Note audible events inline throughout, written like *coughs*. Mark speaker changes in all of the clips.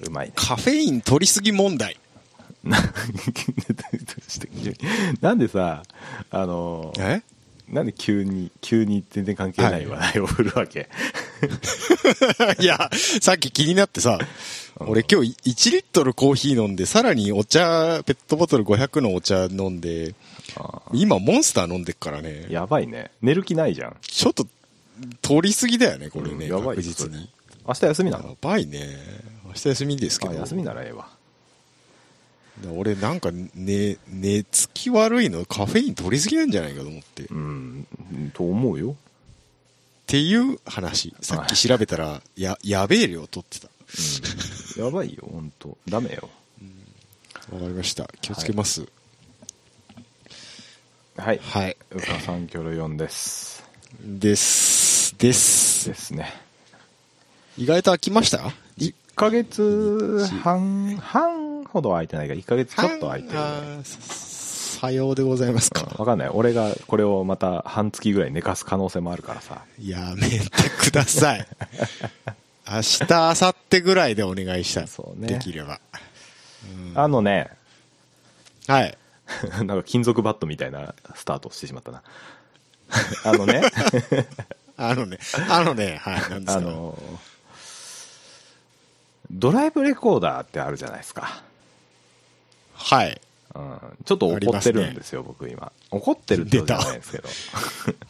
Speaker 1: うまいね。 *laughs*
Speaker 2: カフェイン取りすぎ問題。
Speaker 1: ななんでさ、あのー
Speaker 2: え
Speaker 1: なんで急に、急に全然関係ない話題を振るわけ、
Speaker 2: *laughs* いや、さっき気になってさ、俺今日1リットルコーヒー飲んで、さらにお茶、ペットボトル500のお茶飲んで、
Speaker 1: あ
Speaker 2: 今モンスター飲んでっから
Speaker 1: ー
Speaker 2: ね、
Speaker 1: やばいね。寝る気ないじゃん。
Speaker 2: ちょっと取りすぎだよね、これね、
Speaker 1: うんやばい
Speaker 2: 確実に。
Speaker 1: 明日休みな
Speaker 2: や
Speaker 1: の
Speaker 2: ばいね。明日休みですけ
Speaker 1: あ
Speaker 2: ど。
Speaker 1: 休みならええわ。
Speaker 2: だ俺なんか寝、寝つき悪いの、カフェイン取りすぎなんじゃないかと思って。っ
Speaker 1: うん、と思うよ。
Speaker 2: ていう話。さっき調べたら、や、やべえ量取ってた。
Speaker 1: うんやばいよ、ほんと。ダメよ。
Speaker 2: わかりました。気をつけます。
Speaker 1: はい。
Speaker 2: はい。
Speaker 1: うかさんきょろ4です。
Speaker 2: です。です
Speaker 1: で。すね。
Speaker 2: 意外と飽きました
Speaker 1: 1ヶ月半、半ほど空いてないから、1ヶ月ちょっと空いてる、ね。
Speaker 2: あーささようでございますか。
Speaker 1: わかんない。俺がこれをまた半月ぐらい寝かす可能性もあるからさ。
Speaker 2: やめてくださ
Speaker 1: *laughs*
Speaker 2: い。明日、明後日ぐらいでお願いしたい。
Speaker 1: そうね
Speaker 2: できれば。
Speaker 1: あのね、 *laughs*
Speaker 2: はい。
Speaker 1: なんか金属バットみたいなスタートをしてしまったな。 *laughs* あの
Speaker 2: *laughs*
Speaker 1: ね、
Speaker 2: あのね、あのね、はい、なんです
Speaker 1: あ
Speaker 2: か。
Speaker 1: の、ドライブレコーダーってあるじゃないですか。
Speaker 2: はい。
Speaker 1: うん、ちょっと怒ってるんですよ、僕今。怒ってるってことじゃないですけど。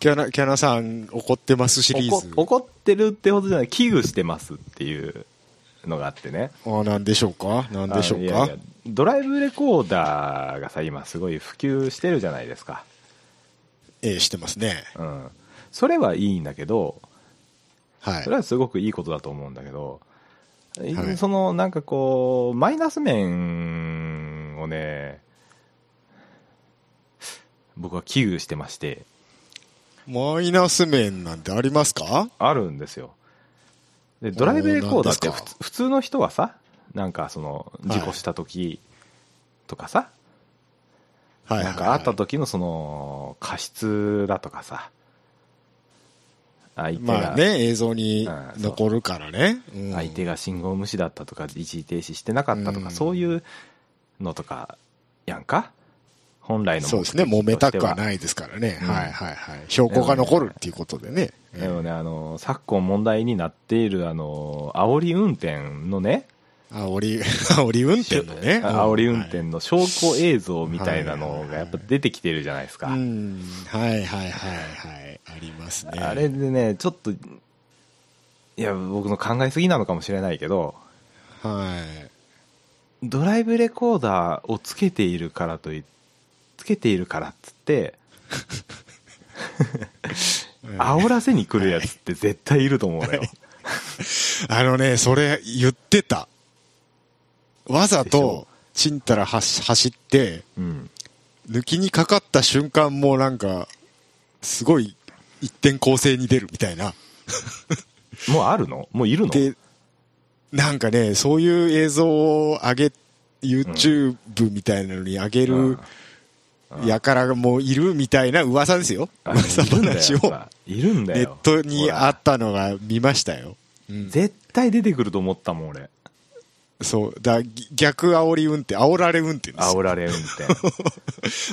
Speaker 2: キャナ、キャナさん怒ってますシリーズ。
Speaker 1: 怒怒ってるってことじゃない、危惧してますっていうのがあってね。
Speaker 2: あなんでしょうかなんでしょう
Speaker 1: あの
Speaker 2: か
Speaker 1: いやいやドライブレコーダーがさ、今すごい普及してるじゃないですか。
Speaker 2: ええ、してますね。
Speaker 1: うん、それはいいんだけど
Speaker 2: はい
Speaker 1: それ。はすごくいいことだと思うんだけど、い
Speaker 2: はい
Speaker 1: そのなんかこうマイナス面をね僕は危惧してまして
Speaker 2: マイナス面なんてありますか
Speaker 1: あるんですよでドライブレコーダーって
Speaker 2: おーな
Speaker 1: 普
Speaker 2: んです
Speaker 1: 普通の人はさなんかその事故した時とかさ、
Speaker 2: はい。
Speaker 1: なんかあった時のその過失だとかさ相手が、
Speaker 2: まあね、映像に
Speaker 1: うんそう
Speaker 2: 残るからね。うん
Speaker 1: 相手が信号無視だったとか一時停止してなかったとか、
Speaker 2: うん
Speaker 1: そういうのとかやんか本来の
Speaker 2: そうですね、揉めたくは
Speaker 1: ない
Speaker 2: ないですからね。
Speaker 1: うん
Speaker 2: はいはいはい。証拠が残るっていうことでね。
Speaker 1: でもねあの昨今問題になっているあの煽り運転のね
Speaker 2: あおり、 *laughs* あおり運転のね。
Speaker 1: 煽り運
Speaker 2: は
Speaker 1: 転の証拠映像みたいなのがやっぱ出てきてるじゃないですか、
Speaker 2: い。うん。はいはいはいはい。ありますね。
Speaker 1: あれでねちょっといや僕の考えすぎなのかもしれないけど
Speaker 2: はい。
Speaker 1: ドライブレコーダーをつけているからといつけているからっつっ
Speaker 2: *laughs*
Speaker 1: て
Speaker 2: うん
Speaker 1: 煽らせに来るやつって絶対いると思うのよ。
Speaker 2: あのね、それ言ってた。わざ
Speaker 1: でしょ
Speaker 2: と、ちんたら走走って、
Speaker 1: うん。
Speaker 2: 抜きにかかった瞬間もうなんか、すごい一点構成に出るみたいな。
Speaker 1: もうあるのもういるの
Speaker 2: で、なんかね、そういう映像を上げ、YouTube みたいなのに上げ
Speaker 1: うん
Speaker 2: るやからもういるみたいな噂ですよ。
Speaker 1: あ
Speaker 2: 噂
Speaker 1: いるんだよ
Speaker 2: 話を
Speaker 1: ほらいるんだよ。
Speaker 2: ネットにあ
Speaker 1: ほ
Speaker 2: ったのが見ましたよ。
Speaker 1: ら絶対出てくると思ったもん、俺。
Speaker 2: そう。だ逆煽り運転、煽られ運転です
Speaker 1: 煽られ運転。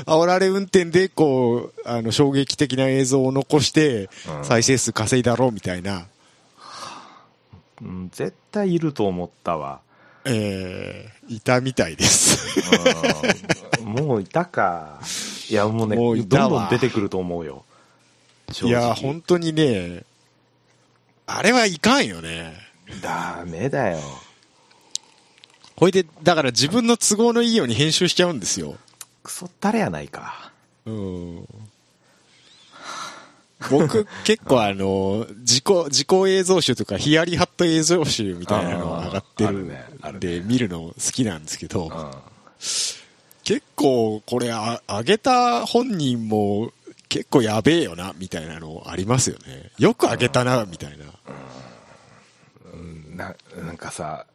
Speaker 2: *laughs* 煽られ運転で、こう、あの、衝撃的な映像を残して
Speaker 1: う、ん
Speaker 2: 再生数稼いだろうみたいな、
Speaker 1: うん、絶対いると思ったわ。
Speaker 2: えー、いたみたいです。
Speaker 1: うんもういたか。いや、もうね、
Speaker 2: もういた
Speaker 1: ど
Speaker 2: わ
Speaker 1: んどん出てくると思うよ。正
Speaker 2: い
Speaker 1: 直
Speaker 2: や、本当にね、あれはいかんよね。
Speaker 1: ダメだよ。
Speaker 2: ほいで、だから自分の都合のいいように編集しちゃうんですよ。
Speaker 1: クソったれやないか。
Speaker 2: うん。僕、結構あの、自己、自己映像集とか、ヒヤリハット映像集みたいなのが上がってるん
Speaker 1: あ
Speaker 2: で
Speaker 1: ーあるねある、
Speaker 2: 見るの好きなんですけど、
Speaker 1: うん。
Speaker 2: 結構これあ上げた本人も結構やべえよなみたいなのありますよねよく上げたなみたいな
Speaker 1: ななんかさ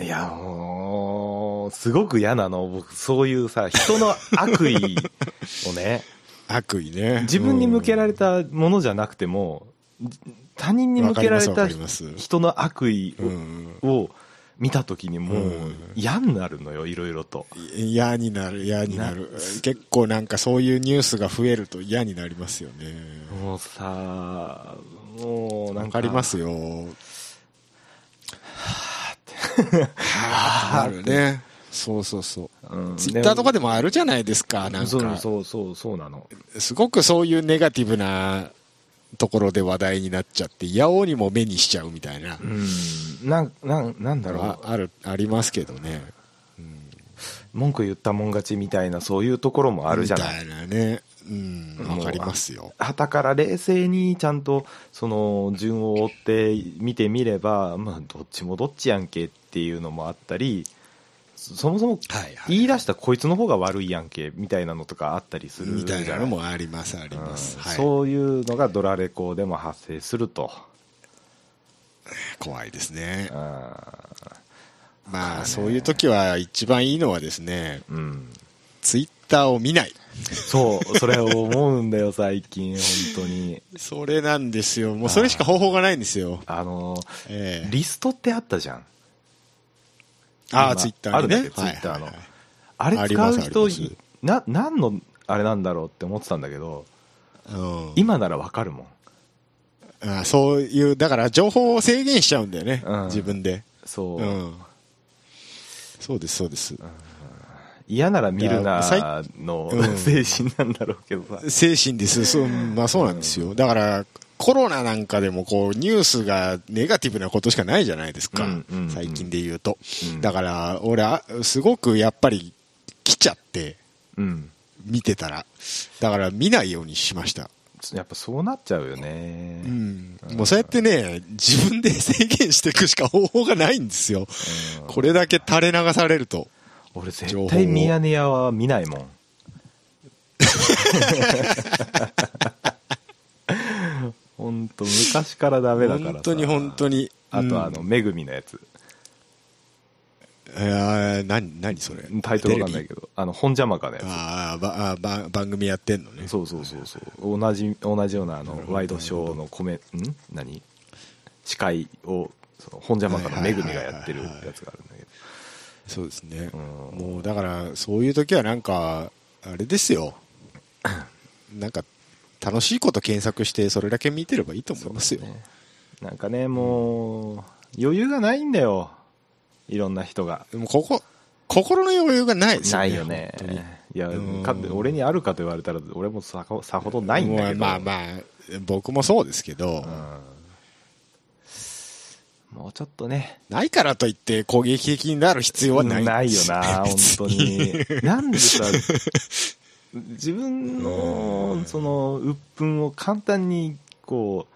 Speaker 1: いやもうすごく嫌なの僕そういうさ人の悪意をね
Speaker 2: *laughs* 悪意ね
Speaker 1: 自分に向けられたものじゃなくても他人に向けられ
Speaker 2: わ
Speaker 1: た
Speaker 2: かりますわかります
Speaker 1: 人の悪意
Speaker 2: うんうん。
Speaker 1: をを見た時にもう
Speaker 2: うん
Speaker 1: 嫌になるのよいろいろと
Speaker 2: 嫌になる、嫌になる
Speaker 1: な。
Speaker 2: 結構なんかそういうニュースが増えると嫌になりますよね。
Speaker 1: もうさもうなん
Speaker 2: わ
Speaker 1: か
Speaker 2: かりますよ。はぁって。なるね。そうそうそう。
Speaker 1: うん
Speaker 2: ツイッターとかでもあるじゃないですか、なん
Speaker 1: そう
Speaker 2: か。
Speaker 1: そうそうそうなの
Speaker 2: すごくそういうネガティブなところで話題になっちゃって、いやおうにも目にしちゃうみたいな
Speaker 1: う。んなんなんなんだろう
Speaker 2: あある、ありますけどね。
Speaker 1: 文句言ったもん勝ちみたいなそういうところもあるじゃない
Speaker 2: みたいなね。うん。
Speaker 1: もう
Speaker 2: わかりますよ。
Speaker 1: はたから冷静にちゃんとその順を追って見てみれば、まあ、どっちもどっちやんけっていうのもあったりそそもそも
Speaker 2: はいはい
Speaker 1: 言い出したこいつの方が悪いやんけみたいなのとかあったりする
Speaker 2: みたいなの
Speaker 1: じゃ
Speaker 2: もあります、あり
Speaker 1: ない
Speaker 2: ます。
Speaker 1: うん
Speaker 2: はい。
Speaker 1: そういうのがドラレコでも発生すると、
Speaker 2: 怖いですね
Speaker 1: う。ん
Speaker 2: まあ、そういう時は一番いいのはですね、
Speaker 1: うん、
Speaker 2: ツイッターを見ない。
Speaker 1: そうそれを思うんだよ最近本当に
Speaker 2: それなんですよ。もうそれしか方法がないんですよ。
Speaker 1: あの
Speaker 2: ええ
Speaker 1: リストってあったじゃん
Speaker 2: ああ、
Speaker 1: 今
Speaker 2: ツイッターね。
Speaker 1: あるんだけど
Speaker 2: はい
Speaker 1: Twitter の
Speaker 2: はいはい
Speaker 1: あれ
Speaker 2: あり
Speaker 1: 使
Speaker 2: ます
Speaker 1: う人
Speaker 2: あります
Speaker 1: な何のあれなんだろうって思ってたんだけど
Speaker 2: うん
Speaker 1: 今ならわかるもん
Speaker 2: ああそういう、だから情報を制限しちゃうんだよね。
Speaker 1: うん
Speaker 2: 自分で。
Speaker 1: そう、
Speaker 2: うん。そうです、そうです。
Speaker 1: 嫌なら見る
Speaker 2: いや最
Speaker 1: なの
Speaker 2: うん
Speaker 1: 精神なんだろうけどさ、
Speaker 2: 精神です。そう、まあそうなんですよ。だから、コロナなんかでもこう、ニュースがネガティブなことしかないじゃないですか。
Speaker 1: うんうんうん
Speaker 2: 最近で言うと。
Speaker 1: うん
Speaker 2: だから、俺、あすごくやっぱり来ちゃって、
Speaker 1: うん、
Speaker 2: 見てたら。だから見ないようにしました。
Speaker 1: やっぱそうなっちゃうよね、
Speaker 2: う
Speaker 1: うん
Speaker 2: ん。もうそうやってね、自分で制限していくしか方法がないんですよ。これだけ垂れ流されると。
Speaker 1: 俺
Speaker 2: 情
Speaker 1: 絶
Speaker 2: 報を
Speaker 1: 対ミヤネ屋は見ない
Speaker 2: *laughs*
Speaker 1: もん本当昔からダメだからさ
Speaker 2: 本当に本当に。
Speaker 1: あ
Speaker 2: うん
Speaker 1: とあの、めぐみのやつ
Speaker 2: えー、何、何それ。
Speaker 1: タイトルわかんない
Speaker 2: テレビ
Speaker 1: けどあの本邪魔かのやつ
Speaker 2: あーばあーば番組やってんのね。
Speaker 1: そうそうそうそう同じ同じようなあ
Speaker 2: なるほ
Speaker 1: の
Speaker 2: ど
Speaker 1: ワイドショーのコメん何司会をその本邪魔かのめぐみがやってるやつがあるんだけど
Speaker 2: そうですね、
Speaker 1: うん
Speaker 2: もうだからそういう時はなんかあれで
Speaker 1: *coughs*
Speaker 2: すよなんか楽しいこと検索してそれだけ見てればいいと思いますよ、
Speaker 1: なんかねもう余裕がないんだよいろんな人が
Speaker 2: でもここ心の余裕がないですよね
Speaker 1: ないよね
Speaker 2: 本当に
Speaker 1: いや
Speaker 2: うん
Speaker 1: かって俺にあるかと言われたら俺もさほさほどないんだけど
Speaker 2: もうまあまあ僕もそうですけ
Speaker 1: う
Speaker 2: ど、
Speaker 1: んもうちょっとね
Speaker 2: ないからといって攻撃的になる必要はない
Speaker 1: ないよな、本
Speaker 2: *laughs* 別
Speaker 1: 当に。なんでさ、自分の、その、鬱憤を簡単に、こ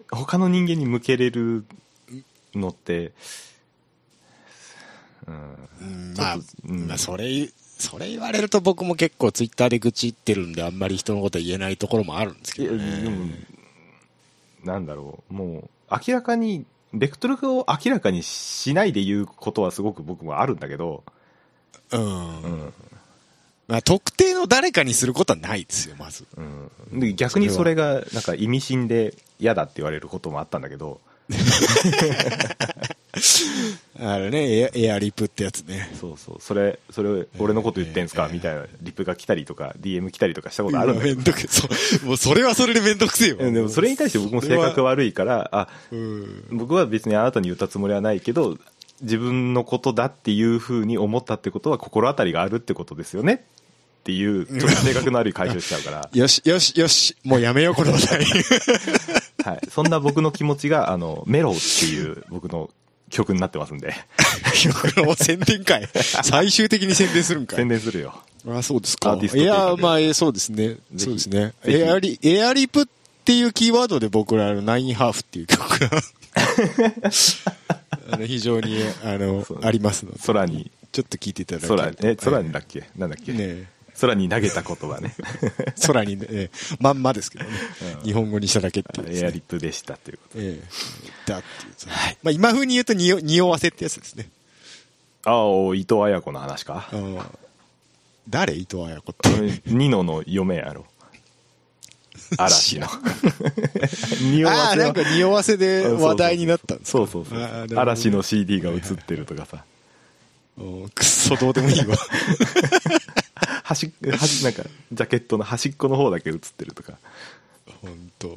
Speaker 1: う、他の人間に向けれるのって、うん、
Speaker 2: うんまあ
Speaker 1: ちょっとうん
Speaker 2: まあそれそれ言われると僕も結構ツイッターで愚痴言ってるんであんまり人のことは言えないところもあるんです
Speaker 1: い
Speaker 2: け
Speaker 1: や
Speaker 2: ど
Speaker 1: で
Speaker 2: ね
Speaker 1: も、なんだろう、もう、明らかに、ベクトルを明らかにしないで言うことはすごく僕もあるんだけど、
Speaker 2: うん
Speaker 1: うん
Speaker 2: まあ、特定の誰かにすることはないですよ、まず。
Speaker 1: うん、で逆にそれがなんか意味深で嫌だって言われることもあったんだけど
Speaker 2: あれね、エアエアリプってやつね。
Speaker 1: そうそうそれそれ俺のこと言ってんすか、
Speaker 2: ええ
Speaker 1: みたいなリプが来たりとか DM 来たりとかしたことあるん
Speaker 2: うわ
Speaker 1: だけ
Speaker 2: め
Speaker 1: ど
Speaker 2: んどくせそうもうそれはそれでめんどくせえ
Speaker 1: う
Speaker 2: よ。
Speaker 1: んでもそれに対して僕も性格悪いからあ
Speaker 2: うん。
Speaker 1: 僕は別にあなたに言ったつもりはないけど自分のことだっていうふうに思ったってことは心当たりがあるってことですよねっていうちょっと性格の悪い解消しちゃう
Speaker 2: *laughs*
Speaker 1: から、
Speaker 2: よし、よし、よし、もうやめよう、この話
Speaker 1: *laughs*
Speaker 2: 題。
Speaker 1: はい、そんな僕の気持ちがあのメロっていう僕の曲になってますんで
Speaker 2: この宣伝会。最終的に宣伝するんか
Speaker 1: 宣
Speaker 2: い。
Speaker 1: 伝するよ
Speaker 2: あ、そうです
Speaker 1: ア
Speaker 2: か
Speaker 1: ーティ。スト
Speaker 2: い
Speaker 1: というか
Speaker 2: や、まあ、えそうですね。
Speaker 1: ぜひ
Speaker 2: そうですね。
Speaker 1: ぜひ
Speaker 2: エアリ、エアリプっていうキーワードで僕らのナインハーフっていう曲
Speaker 1: *laughs*
Speaker 2: があの、非常に、あの
Speaker 1: そう、
Speaker 2: ありますので。
Speaker 1: 空に
Speaker 2: ちょっと聞いていただけ
Speaker 1: 空
Speaker 2: る
Speaker 1: に
Speaker 2: と
Speaker 1: え空にだっけなんだっけ、
Speaker 2: ね
Speaker 1: 空に投げた言葉
Speaker 2: *laughs*
Speaker 1: ね
Speaker 2: え空にね、ええまんまですけどね、日本語にしただけっていうです
Speaker 1: エ
Speaker 2: ね、
Speaker 1: アリップでしたということ
Speaker 2: ええだっていうさまあ、今風に言うとにお匂わせってやつですね
Speaker 1: ああ伊藤綾子の話か
Speaker 2: あの誰伊藤綾子って
Speaker 1: ニノの嫁やろ嵐
Speaker 2: *laughs*
Speaker 1: の。匂わ
Speaker 2: ああ、
Speaker 1: せ
Speaker 2: な
Speaker 1: は
Speaker 2: んか匂わせで話題になったんですか
Speaker 1: そうそうそう
Speaker 2: あーなるほど
Speaker 1: 嵐の CD が映ってるとかさ
Speaker 2: おーくっそ、どうでもいいわ。
Speaker 1: 端っ端なんかジャケットの端っこの方だけ映ってるとか
Speaker 2: 本当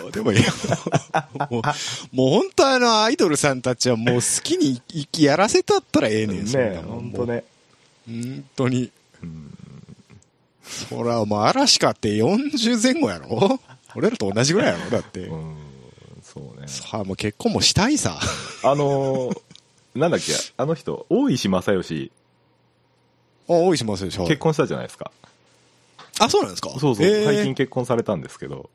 Speaker 2: どうでもいいよ。もう、もう本当あの、アイドルさんたちはもう好きに生きやらせたったらええねん、そん
Speaker 1: ね
Speaker 2: なもん
Speaker 1: 本当。ね
Speaker 2: もう本当に。そら、もう嵐かって40前後やろ俺らと同じぐらいやろだって。
Speaker 1: うんそうね
Speaker 2: そら、もう結婚もしたいさ。 *laughs*
Speaker 1: あのーなんだっけあの人大石正義
Speaker 2: お、大石ますでしょ。
Speaker 1: 結婚したじゃないですか
Speaker 2: あ、そうなんですか
Speaker 1: そうそう、
Speaker 2: へー
Speaker 1: 最近結婚されたんですけど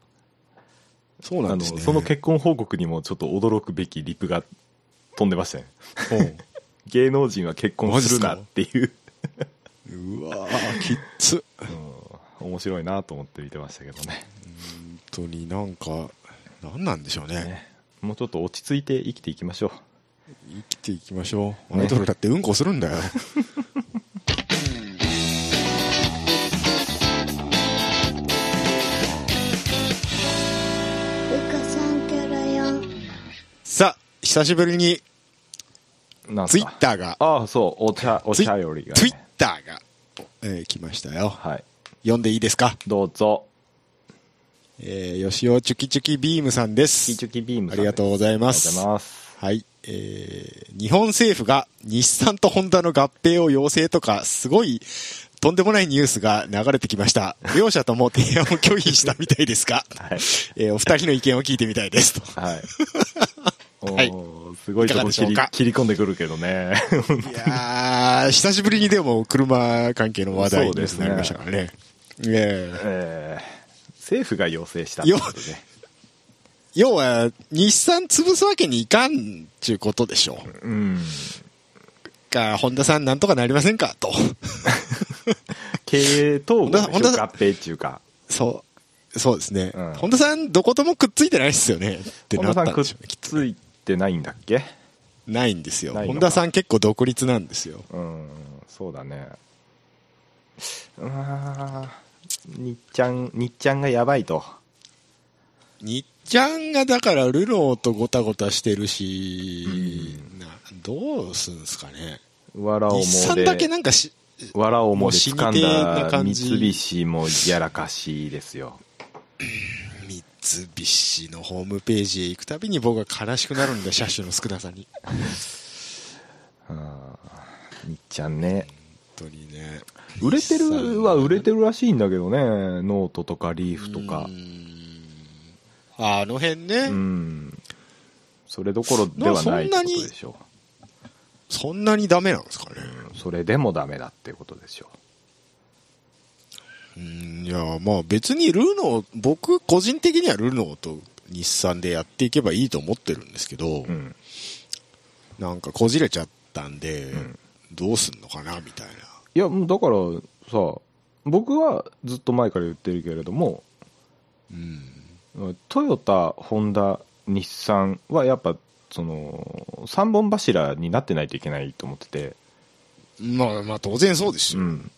Speaker 2: そう
Speaker 1: あ
Speaker 2: な
Speaker 1: の
Speaker 2: んですね。
Speaker 1: その結婚報告にもちょっと驚くべきリプが飛んでましたね
Speaker 2: 婚。
Speaker 1: 芸能人は結婚するなっていう *laughs*
Speaker 2: うわーきっつ。
Speaker 1: 面白いなと思って見てましたけどね
Speaker 2: 本当になんか、なんなんでしょうね。
Speaker 1: ねもうちょっと落ち着いて生きていきましょ
Speaker 2: 生きていきましょう。アイドルだってうんこするんだよ。
Speaker 3: うかさんキャラやん
Speaker 2: さあ、久しぶりに
Speaker 1: うなん
Speaker 2: ツイ
Speaker 1: すか
Speaker 2: ッターが、
Speaker 1: ああそうお茶お
Speaker 2: ツイ
Speaker 1: 茶よりが、
Speaker 2: ツイッ
Speaker 1: ね、
Speaker 2: ターが、えー来ましたよ。
Speaker 1: はい
Speaker 2: 読んでいいですか
Speaker 1: どうぞ
Speaker 2: えー、よしおチュキチュキビームさんです。
Speaker 1: キチュキビーム
Speaker 2: あ
Speaker 1: さん
Speaker 2: りがとうござい
Speaker 1: あ
Speaker 2: ま
Speaker 1: りがとうご
Speaker 2: す
Speaker 1: ざい。ます
Speaker 2: はい。えー日本政府が日産とホンダの合併を要請とか、すごい、とんでもないニュースが流れてきました。両者とも提案を拒否したみたいですが、
Speaker 1: *laughs* はい
Speaker 2: えーお二人の意見を聞いてみたいですと。
Speaker 1: *laughs* はい
Speaker 2: *laughs* はい
Speaker 1: おーすごいとこ切
Speaker 2: いかがでしょう
Speaker 1: り
Speaker 2: か
Speaker 1: 切り込んでくるけどね *laughs*
Speaker 2: いやー、久しぶりにでも車関係の話題
Speaker 1: そ
Speaker 2: に
Speaker 1: うですね
Speaker 2: なりましたからね。えー
Speaker 1: えー政府が要請したってことでね
Speaker 2: 要は、日産潰すわけにいかんちゅうことでしょう。
Speaker 1: うん
Speaker 2: か、ホンダさんなんとかなりませんかと。
Speaker 1: 経営統合でしょ
Speaker 2: ほんだほんだ
Speaker 1: 合併っていうか
Speaker 2: そう。そうですね。
Speaker 1: うん
Speaker 2: 本田さん、どこともくっついてないっすよね。ってな
Speaker 1: 本田
Speaker 2: っ
Speaker 1: さ
Speaker 2: たん
Speaker 1: んく
Speaker 2: で
Speaker 1: っ
Speaker 2: しょうね、きっと。
Speaker 1: ついてないんだっけ
Speaker 2: ないんですよ。
Speaker 1: ないの
Speaker 2: 本
Speaker 1: か
Speaker 2: 田さん結構独立なんですよ。
Speaker 1: うんそうだねうわーにっちゃんにっちゃんがやばいと
Speaker 2: にっちゃんがだからルノーとごたごたしてるし、などうすんすかね。
Speaker 1: わらをも
Speaker 2: 日産
Speaker 1: で
Speaker 2: だけなんかし、
Speaker 1: わらをもで
Speaker 2: も
Speaker 1: 掴
Speaker 2: う死に手
Speaker 1: ん
Speaker 2: な
Speaker 1: だ
Speaker 2: 感
Speaker 1: 三
Speaker 2: じ
Speaker 1: 菱もやらかしいですよ
Speaker 2: 三菱のホームページへ行くたびに僕は悲しくなるんだ、車種の少なさに。本
Speaker 1: にっちゃんね
Speaker 2: 当にね。
Speaker 1: 売れてるは売れてるらしいんだけどねノートとかリーフとか
Speaker 2: あの辺ね、
Speaker 1: うんそれどころではないってことでしょ
Speaker 2: そんなにダメなんですかね。
Speaker 1: それでもダメだっていうことでしょ
Speaker 2: うんいや、まあ別にルノー、僕個人的にはルノーと日産でやっていけばいいと思ってるんですけど、
Speaker 1: うん
Speaker 2: なんかこじれちゃったんで、
Speaker 1: ん
Speaker 2: どうすんのかなみたいな。
Speaker 1: いやもうだからさ僕はずっと前から言ってるけれども
Speaker 2: うん。
Speaker 1: トヨタホンダ日産はやっぱその3本柱になってないといけないと思ってて、
Speaker 2: まあまあ当然そうです
Speaker 1: う
Speaker 2: よ。
Speaker 1: ん、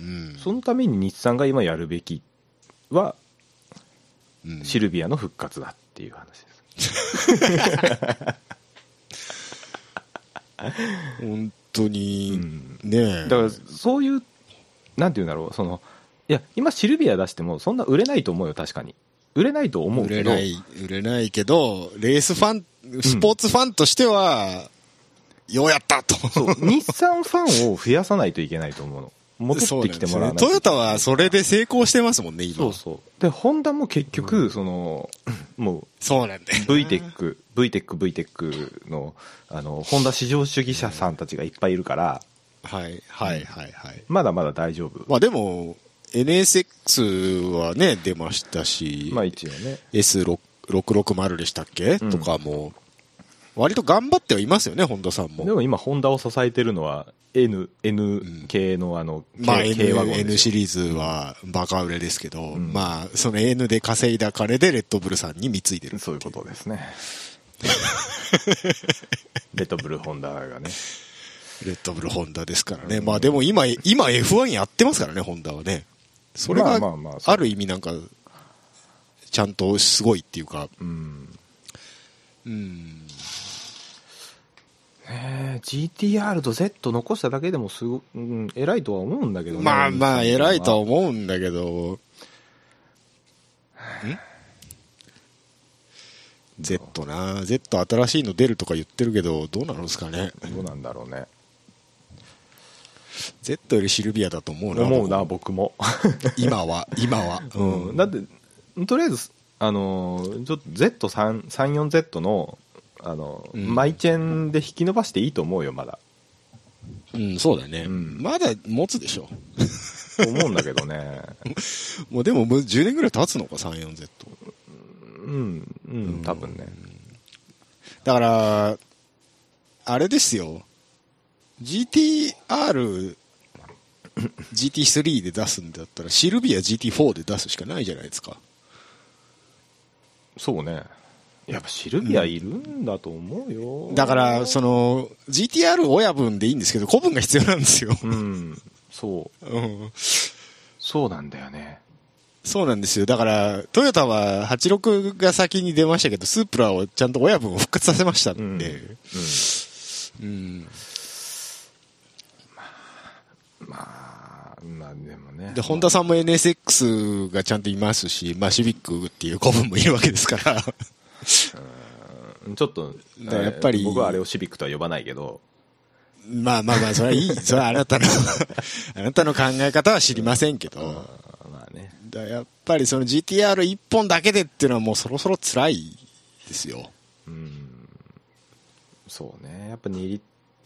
Speaker 2: うん。
Speaker 1: そのために日産が今やるべきは
Speaker 2: うん
Speaker 1: シルビアの復活だっていう話です、
Speaker 2: 本当に、
Speaker 1: うん
Speaker 2: ねえ。
Speaker 1: だからそういうなんて言うんだろうそのいや今シルビア出してもそんな売れないと思うよ確かに売れないと思う
Speaker 2: 売
Speaker 1: け
Speaker 2: れ
Speaker 1: ど
Speaker 2: ない、売れないけど、レースファン、スポーツファンとしては、ようやったと。
Speaker 1: そう
Speaker 2: *laughs*
Speaker 1: 日産ファンを増やさないといけないと思うの戻ってきてもらわない
Speaker 2: そうなんですよねト
Speaker 1: と
Speaker 2: ヨタはそれで成功してますもんね、今。
Speaker 1: そうそうでホンダも結局その、もう
Speaker 2: そうなんだよな。
Speaker 1: VTEC、VTEC、VTEC の、あの、ホンダ市場主義者さんたちがいっぱいいるから、
Speaker 2: はい、はい、はい、はい。
Speaker 1: まだまだ大丈夫。
Speaker 2: まあでも、NSX はね、出ましたし、
Speaker 1: まあ一応ね。
Speaker 2: S660 でしたっけ、
Speaker 1: うん
Speaker 2: とかも、割と頑張ってはいますよね、本田さん
Speaker 1: で
Speaker 2: も。
Speaker 1: も今、ホンダを支えてるのは、N、N 系のあの、
Speaker 2: まあ
Speaker 1: K-
Speaker 2: N,
Speaker 1: K ワゴンですよ
Speaker 2: N シリーズはバカ売れですけど、
Speaker 1: ん
Speaker 2: まあその N で稼いだ金でレッドブルさんに貢いでる
Speaker 1: そういうことです
Speaker 2: *laughs*
Speaker 1: ね。レッドブルホンダがね。
Speaker 2: レッドブルホンダですからね。まあでも今、今 F1 やってますからね、ホンダはね。それが
Speaker 1: まあまあまあ、そう
Speaker 2: ある意味なんか、ちゃんとすごいっていうか、
Speaker 1: うん。
Speaker 2: うん、
Speaker 1: ねえ GTR と Z 残しただけでもすご、うん、偉いとは思うんだけどね
Speaker 2: まあまあ、偉いとは
Speaker 1: 思
Speaker 2: 思うんだけど、ん ?Z な、Z 新しいの出るとか言ってるけど、どうなるんですかね。
Speaker 1: う。どうなんだろうね。
Speaker 2: Z よりシルビアだと思うな。
Speaker 1: 思うな、僕も。
Speaker 2: 僕今は、今
Speaker 1: *laughs*
Speaker 2: は。うん。
Speaker 1: だって、とりあえず、あのーちょっと Z34Z の、あのー
Speaker 2: うん
Speaker 1: マイチェンで引き伸ばしていいと思うよ、まだ。
Speaker 2: うん、そうだね。
Speaker 1: うん
Speaker 2: まだ持つでしょ。
Speaker 1: と思うんだけど
Speaker 2: *laughs*
Speaker 1: ね。
Speaker 2: もうでも、もう10年ぐらい経つのか、34Z。
Speaker 1: うん、うん、多分ね。
Speaker 2: だから、あれですよ。GTR、GT3 で出すんだったら、シルビア GT4 で出すしかないじゃないですか。
Speaker 1: そうね。やっぱシルビアいるんだと思うよ。
Speaker 2: だから、その、GTR 親分でいいんですけど、子分が必要なんですよ。
Speaker 1: うん、そう。
Speaker 2: うん。
Speaker 1: そうなんだよね。
Speaker 2: そうなんですよ。だから、トヨタは86が先に出ましたけど、スープラをちゃんと親分を復活させましたんで。うん。
Speaker 1: まあ、まあでもね。
Speaker 2: で、ホンダさんも NSX がちゃんといますし、まあ、シビックっていう子分もいるわけですから。
Speaker 1: ちょっと、
Speaker 2: だからやっぱり
Speaker 1: えー僕はあれをシビックとは呼ばないけど、
Speaker 2: まあまあまあ、それはい
Speaker 1: *laughs*
Speaker 2: い。それはあなたの、 *laughs* あなたの考え方は知りませんけど。
Speaker 1: まあね。
Speaker 2: だやっぱりその GTR 一本だけでっていうのはもうそろそろ辛いですよ。
Speaker 1: うん。そうね。やっぱ2リ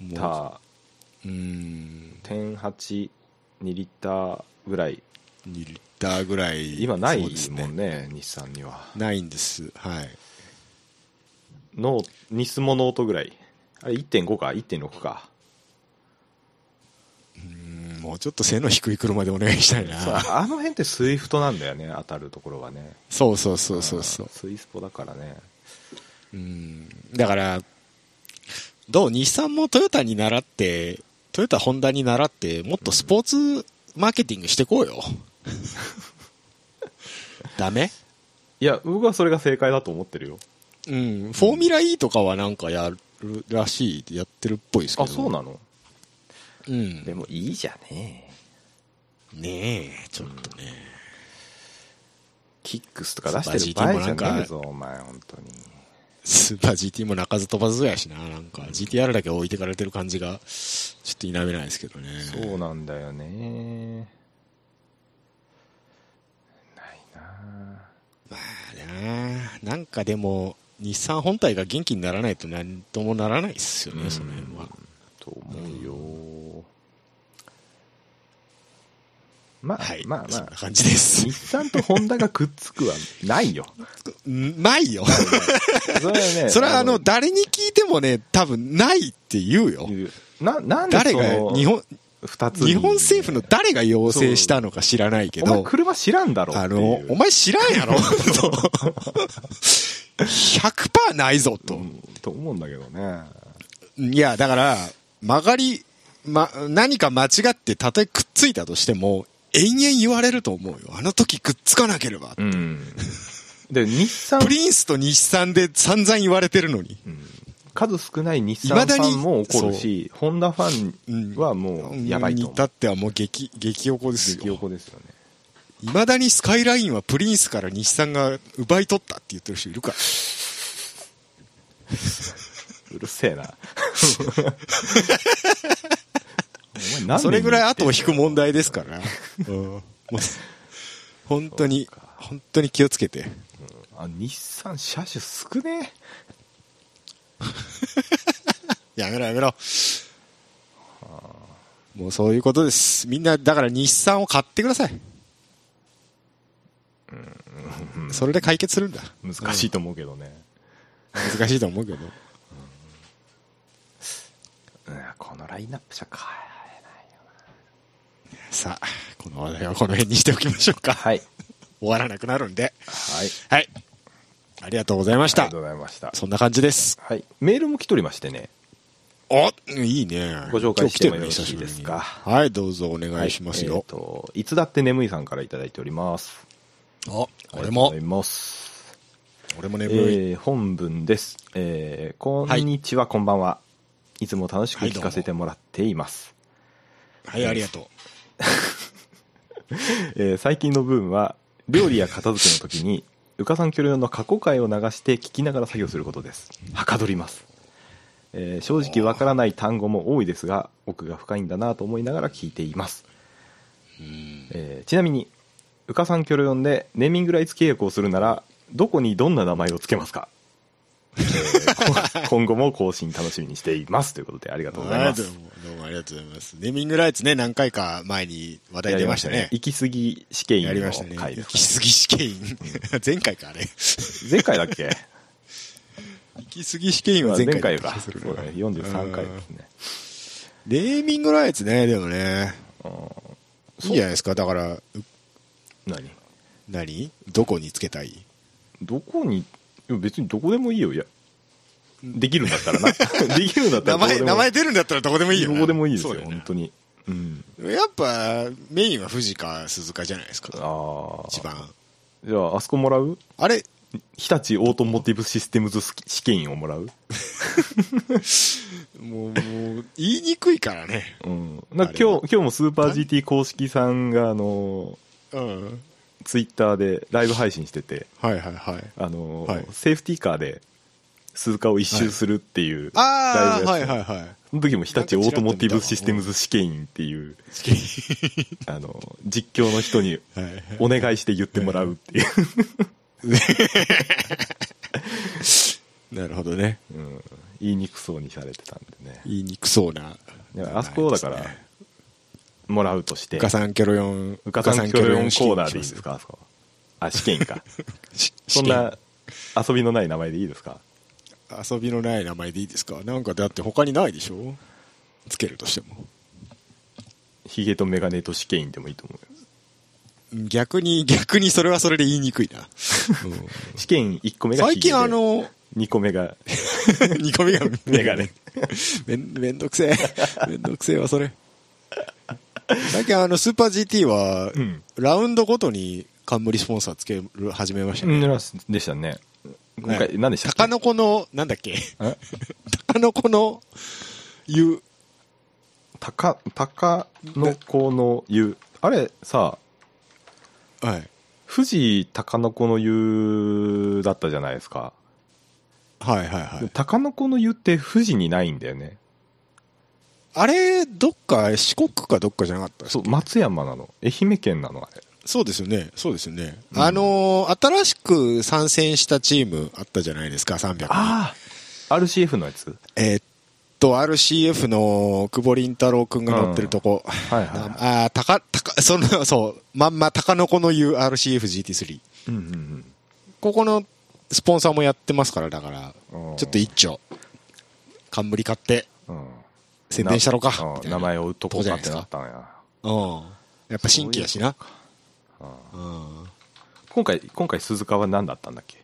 Speaker 1: ッタ
Speaker 2: も
Speaker 1: ー、
Speaker 2: う。うーん。
Speaker 1: 1.8、2リッターぐらい。
Speaker 2: 2リッターぐらい。
Speaker 1: 今ない
Speaker 2: そうです
Speaker 1: もん
Speaker 2: ね。
Speaker 1: ね、日産には。
Speaker 2: ないんです。はい。
Speaker 1: ノーニスモノートぐらい。あれ1.5か、1.6か。
Speaker 2: うんもうちょっと背の低い車でお願いしたい
Speaker 1: そう *laughs*
Speaker 2: な。
Speaker 1: あの辺ってスイフトなんだよね、当たるところはね。
Speaker 2: そうそうそうそうそう。
Speaker 1: スイスポだからね。
Speaker 2: うんだから、どう日産もトヨタに習って、トヨタ、ホンダに習って、もっとスポーツマーケティングしてこうよ。 *laughs* ダメ
Speaker 1: いや、僕はそれが正解だと思ってるよ。
Speaker 2: うん。フォーミュラ E とかはなんかやるらしい、やってるっぽいですけ
Speaker 1: あ、
Speaker 2: ど。
Speaker 1: そうなの
Speaker 2: うん。
Speaker 1: でもいいじゃねえ。
Speaker 2: ねえ、ちょっとね。
Speaker 1: キックスとか出してる場合じゃないぞ、お前、本当に。
Speaker 2: スーパー GT も鳴かず飛ばずやしな。なんか GTR だけ置いてかれてる感じが、ちょっと否めないですけどね。
Speaker 1: そうなんだよね。ないな
Speaker 2: なあなんかでも日産本体が元気にならないと何ともならないですよね、その辺は
Speaker 1: と思うよ。まあ、
Speaker 2: はい、
Speaker 1: まあま
Speaker 2: そんな
Speaker 1: あ、
Speaker 2: 感
Speaker 1: *laughs*
Speaker 2: じです
Speaker 1: 日産とホンダがくっつくはないよ。
Speaker 2: んないよ
Speaker 1: それはね
Speaker 2: それはあの誰に聞いてもね多分ないって言うよ
Speaker 1: いうな、なんで
Speaker 2: 誰が
Speaker 1: その
Speaker 2: 日本
Speaker 1: 二つに
Speaker 2: 日本政府の誰が要請したのか知らないけ
Speaker 1: お前
Speaker 2: ど
Speaker 1: 車知らんだろってい
Speaker 2: あ
Speaker 1: う
Speaker 2: のお前知らんやろ
Speaker 1: *laughs*
Speaker 2: と *laughs* 100%ないぞと、
Speaker 1: うんと思うんだけどね。
Speaker 2: いや、だから、曲がり、ま、何か間違って、たとえくっついたとしても、延々言われると思うよ。あの時くっつかなければ。
Speaker 1: うん。で、日産
Speaker 2: プ、リンスと日産で散々言われてるのに。
Speaker 1: 数少ない日産ファンも怒るし、ホンダファンはもうやばいと
Speaker 2: に
Speaker 1: 思
Speaker 2: 至
Speaker 1: う。
Speaker 2: ってはもう激、激おこです
Speaker 1: 激
Speaker 2: よ。
Speaker 1: 横ですよ
Speaker 2: *laughs*
Speaker 1: ね。
Speaker 2: いまだにスカイラインはプリンスから日産が奪い取ったって言ってる人いるから。
Speaker 1: うるせえな。お前何年
Speaker 2: それぐらい後を引く問題ですから。うんもう本当に、本当に気をつけて。
Speaker 1: あ日産車種少ね
Speaker 2: やめろやめろ。もうそういうことです。みんな、だから日産を買ってください。それで解決するんだ。
Speaker 1: え。難しいと思うけどね。
Speaker 2: 難しいと思うけど。
Speaker 1: うんこのラインナップ車か。
Speaker 2: さあ、この話題はこの辺にしておきましょうか。
Speaker 1: はい。
Speaker 2: 終わらなくなるんで。
Speaker 1: はい。
Speaker 2: はい。ありがとうございまし
Speaker 1: ありが
Speaker 2: た
Speaker 1: と。うございました。
Speaker 2: そんな感じです。
Speaker 1: はい。メールも来ておりましてね。
Speaker 2: おいいね。
Speaker 1: ご紹介しても
Speaker 2: 今
Speaker 1: よろ
Speaker 2: 日来
Speaker 1: し
Speaker 2: て
Speaker 1: い
Speaker 2: るね
Speaker 1: ですか
Speaker 2: 久しぶりにはい、どうぞお願いします
Speaker 1: はえー
Speaker 2: よ。
Speaker 1: と、いつだって眠いさんからいただいております。
Speaker 2: あ、
Speaker 1: ありが
Speaker 2: 俺
Speaker 1: とうご
Speaker 2: も
Speaker 1: ざい、ます。
Speaker 2: 俺も眠い。
Speaker 1: えー本文です。えーこんにちは、こんばんは。いつも楽しく聞かせてもらっています。
Speaker 2: はい、ありがとう。
Speaker 1: えー最近のブームは、料理や片付けの時に、うかさんきょろよの過去回を流して聞きながら作業することです。はかどります。えー正直わからない単語も多いですが、奥が深いんだなと思いながら聞いています。えーちなみに、うかさんきょろよんでネーミングライツ契約をするなら、どこにどんな名前をつけますか、えーこ *laughs* 今後も更新楽しみにしています。ということで、ありがとうございます
Speaker 2: あ。ーどうもどうもありがとうございます。ネーミングライツね、何回か前に話題出ましたね。
Speaker 1: 行き過ぎ試験員
Speaker 2: やりま
Speaker 1: の
Speaker 2: したね。
Speaker 1: 回で
Speaker 2: 行
Speaker 1: すかね
Speaker 2: き過ぎ試験員。 *laughs* 前回か、あれ。
Speaker 1: 前回だっけ
Speaker 2: 行き過ぎ試験員は前
Speaker 1: 前
Speaker 2: 回
Speaker 1: 回
Speaker 2: だ
Speaker 1: か。
Speaker 2: った気がす
Speaker 1: そう
Speaker 2: る
Speaker 1: だね、43回ですね。
Speaker 2: ネーミングライツね、でもね。いいんじゃないですか。だから、う
Speaker 1: 何
Speaker 2: 何どこにつけたい
Speaker 1: どこに、でも別にどこでもいいよ、いや。できるんだったら
Speaker 2: *laughs*
Speaker 1: な。できるんだったらどこ
Speaker 2: 名前、
Speaker 1: でも
Speaker 2: 名前出るんだったらどこでもいいよな。
Speaker 1: どこでもいいです
Speaker 2: そう
Speaker 1: よ、
Speaker 2: だ
Speaker 1: 本
Speaker 2: ね
Speaker 1: 当に。うん。
Speaker 2: やっぱ、メインは藤か鈴鹿じゃないですか。
Speaker 1: ああ。
Speaker 2: 一番。
Speaker 1: じゃあ、あそこもらう
Speaker 2: あれ
Speaker 1: 日立オートモーティブシステムズ試験員をもらう
Speaker 2: もう、もう、言いにくいからね。
Speaker 1: うん。なんか
Speaker 2: あれ
Speaker 1: 今
Speaker 2: は
Speaker 1: 日、今日もスーパー GT 公式さんが、あの、
Speaker 2: うん。
Speaker 1: ツイッターでライブ配信してて、
Speaker 2: はいはいはい。
Speaker 1: あの、
Speaker 2: はい
Speaker 1: セーフティーカーで鈴鹿を一周するっていうラ
Speaker 2: あ
Speaker 1: イブ
Speaker 2: あ、
Speaker 1: やっ
Speaker 2: は
Speaker 1: て
Speaker 2: い
Speaker 1: て
Speaker 2: はいはい。
Speaker 1: その時も日立オートモーティブシステムズ試験員っていう、あの、実況の人に
Speaker 2: はい
Speaker 1: お願いして言ってもらうっていう。
Speaker 2: なるほどね。
Speaker 1: うん言いにくそうにされてたんでね。
Speaker 2: 言いにくそうな。
Speaker 1: いやあそこをだから、もらうとして
Speaker 2: う、かさんキョロヨン。
Speaker 1: うかさんキョロヨンコーナーでいい
Speaker 2: 試験にし
Speaker 1: ですかあそこはあ、試験
Speaker 2: *laughs*
Speaker 1: か。
Speaker 2: ますし
Speaker 1: そんな遊びのない名前でいいですか
Speaker 2: 試験遊びのない名前でいいですかなんかだって他にないでしょつけるとしても。
Speaker 1: ヒゲとメガネと試験員でもいいと思うよ。
Speaker 2: 逆に、逆にそれはそれで言いにくいな。
Speaker 1: 試験員1個目がヒ
Speaker 2: 最
Speaker 1: ゲで
Speaker 2: 近あの、
Speaker 1: 2個目が
Speaker 2: *laughs* 煮込み
Speaker 1: *laughs*
Speaker 2: が
Speaker 1: メガネ。
Speaker 2: *laughs* めん、めんどくせえ。 *laughs* めんどくせえわ、それ。最近あの、スーパー GT は、
Speaker 1: うん
Speaker 2: ラウンドごとに冠スポンサーつける、始めましたね。
Speaker 1: でしたね。今回、何でしたっけ
Speaker 2: タカノコの、なんだっけ *laughs*
Speaker 1: え
Speaker 2: タカノコの湯。
Speaker 1: たか、たかのこの湯。あれさ、
Speaker 2: はい。
Speaker 1: 富士たかのこの湯だったじゃないですか。
Speaker 2: はいはいはい。
Speaker 1: たかのこの湯って富士にないんだよね。
Speaker 2: あれ、どっか、四国かどっかじゃなかったです
Speaker 1: そう、松山なの。愛媛県なの、あれ。
Speaker 2: そうですよね。そうですよね。
Speaker 1: うん
Speaker 2: あのー新しく参戦したチームあったじゃないですか、300。
Speaker 1: ああ !RCF のやつ
Speaker 2: えーっと、RCF の久保林太郎くんが乗ってるとこ。
Speaker 1: はいはいはい。
Speaker 2: ああ、たか、たか、その、そう、まんま、たかのこの言う RCFGT3。
Speaker 1: うんうん
Speaker 2: ここのスポンサーもやってますから、だから、
Speaker 1: うん。
Speaker 2: ちょっと一丁、冠買って、
Speaker 1: うん、
Speaker 2: 宣伝したろか
Speaker 1: な。
Speaker 2: み
Speaker 1: うん
Speaker 2: たい
Speaker 1: 名
Speaker 2: な
Speaker 1: 前を売っとこうかってなったのや。
Speaker 2: うん。やっぱ新規やしな。うん
Speaker 1: 今回、今回鈴鹿は何だったんだっけ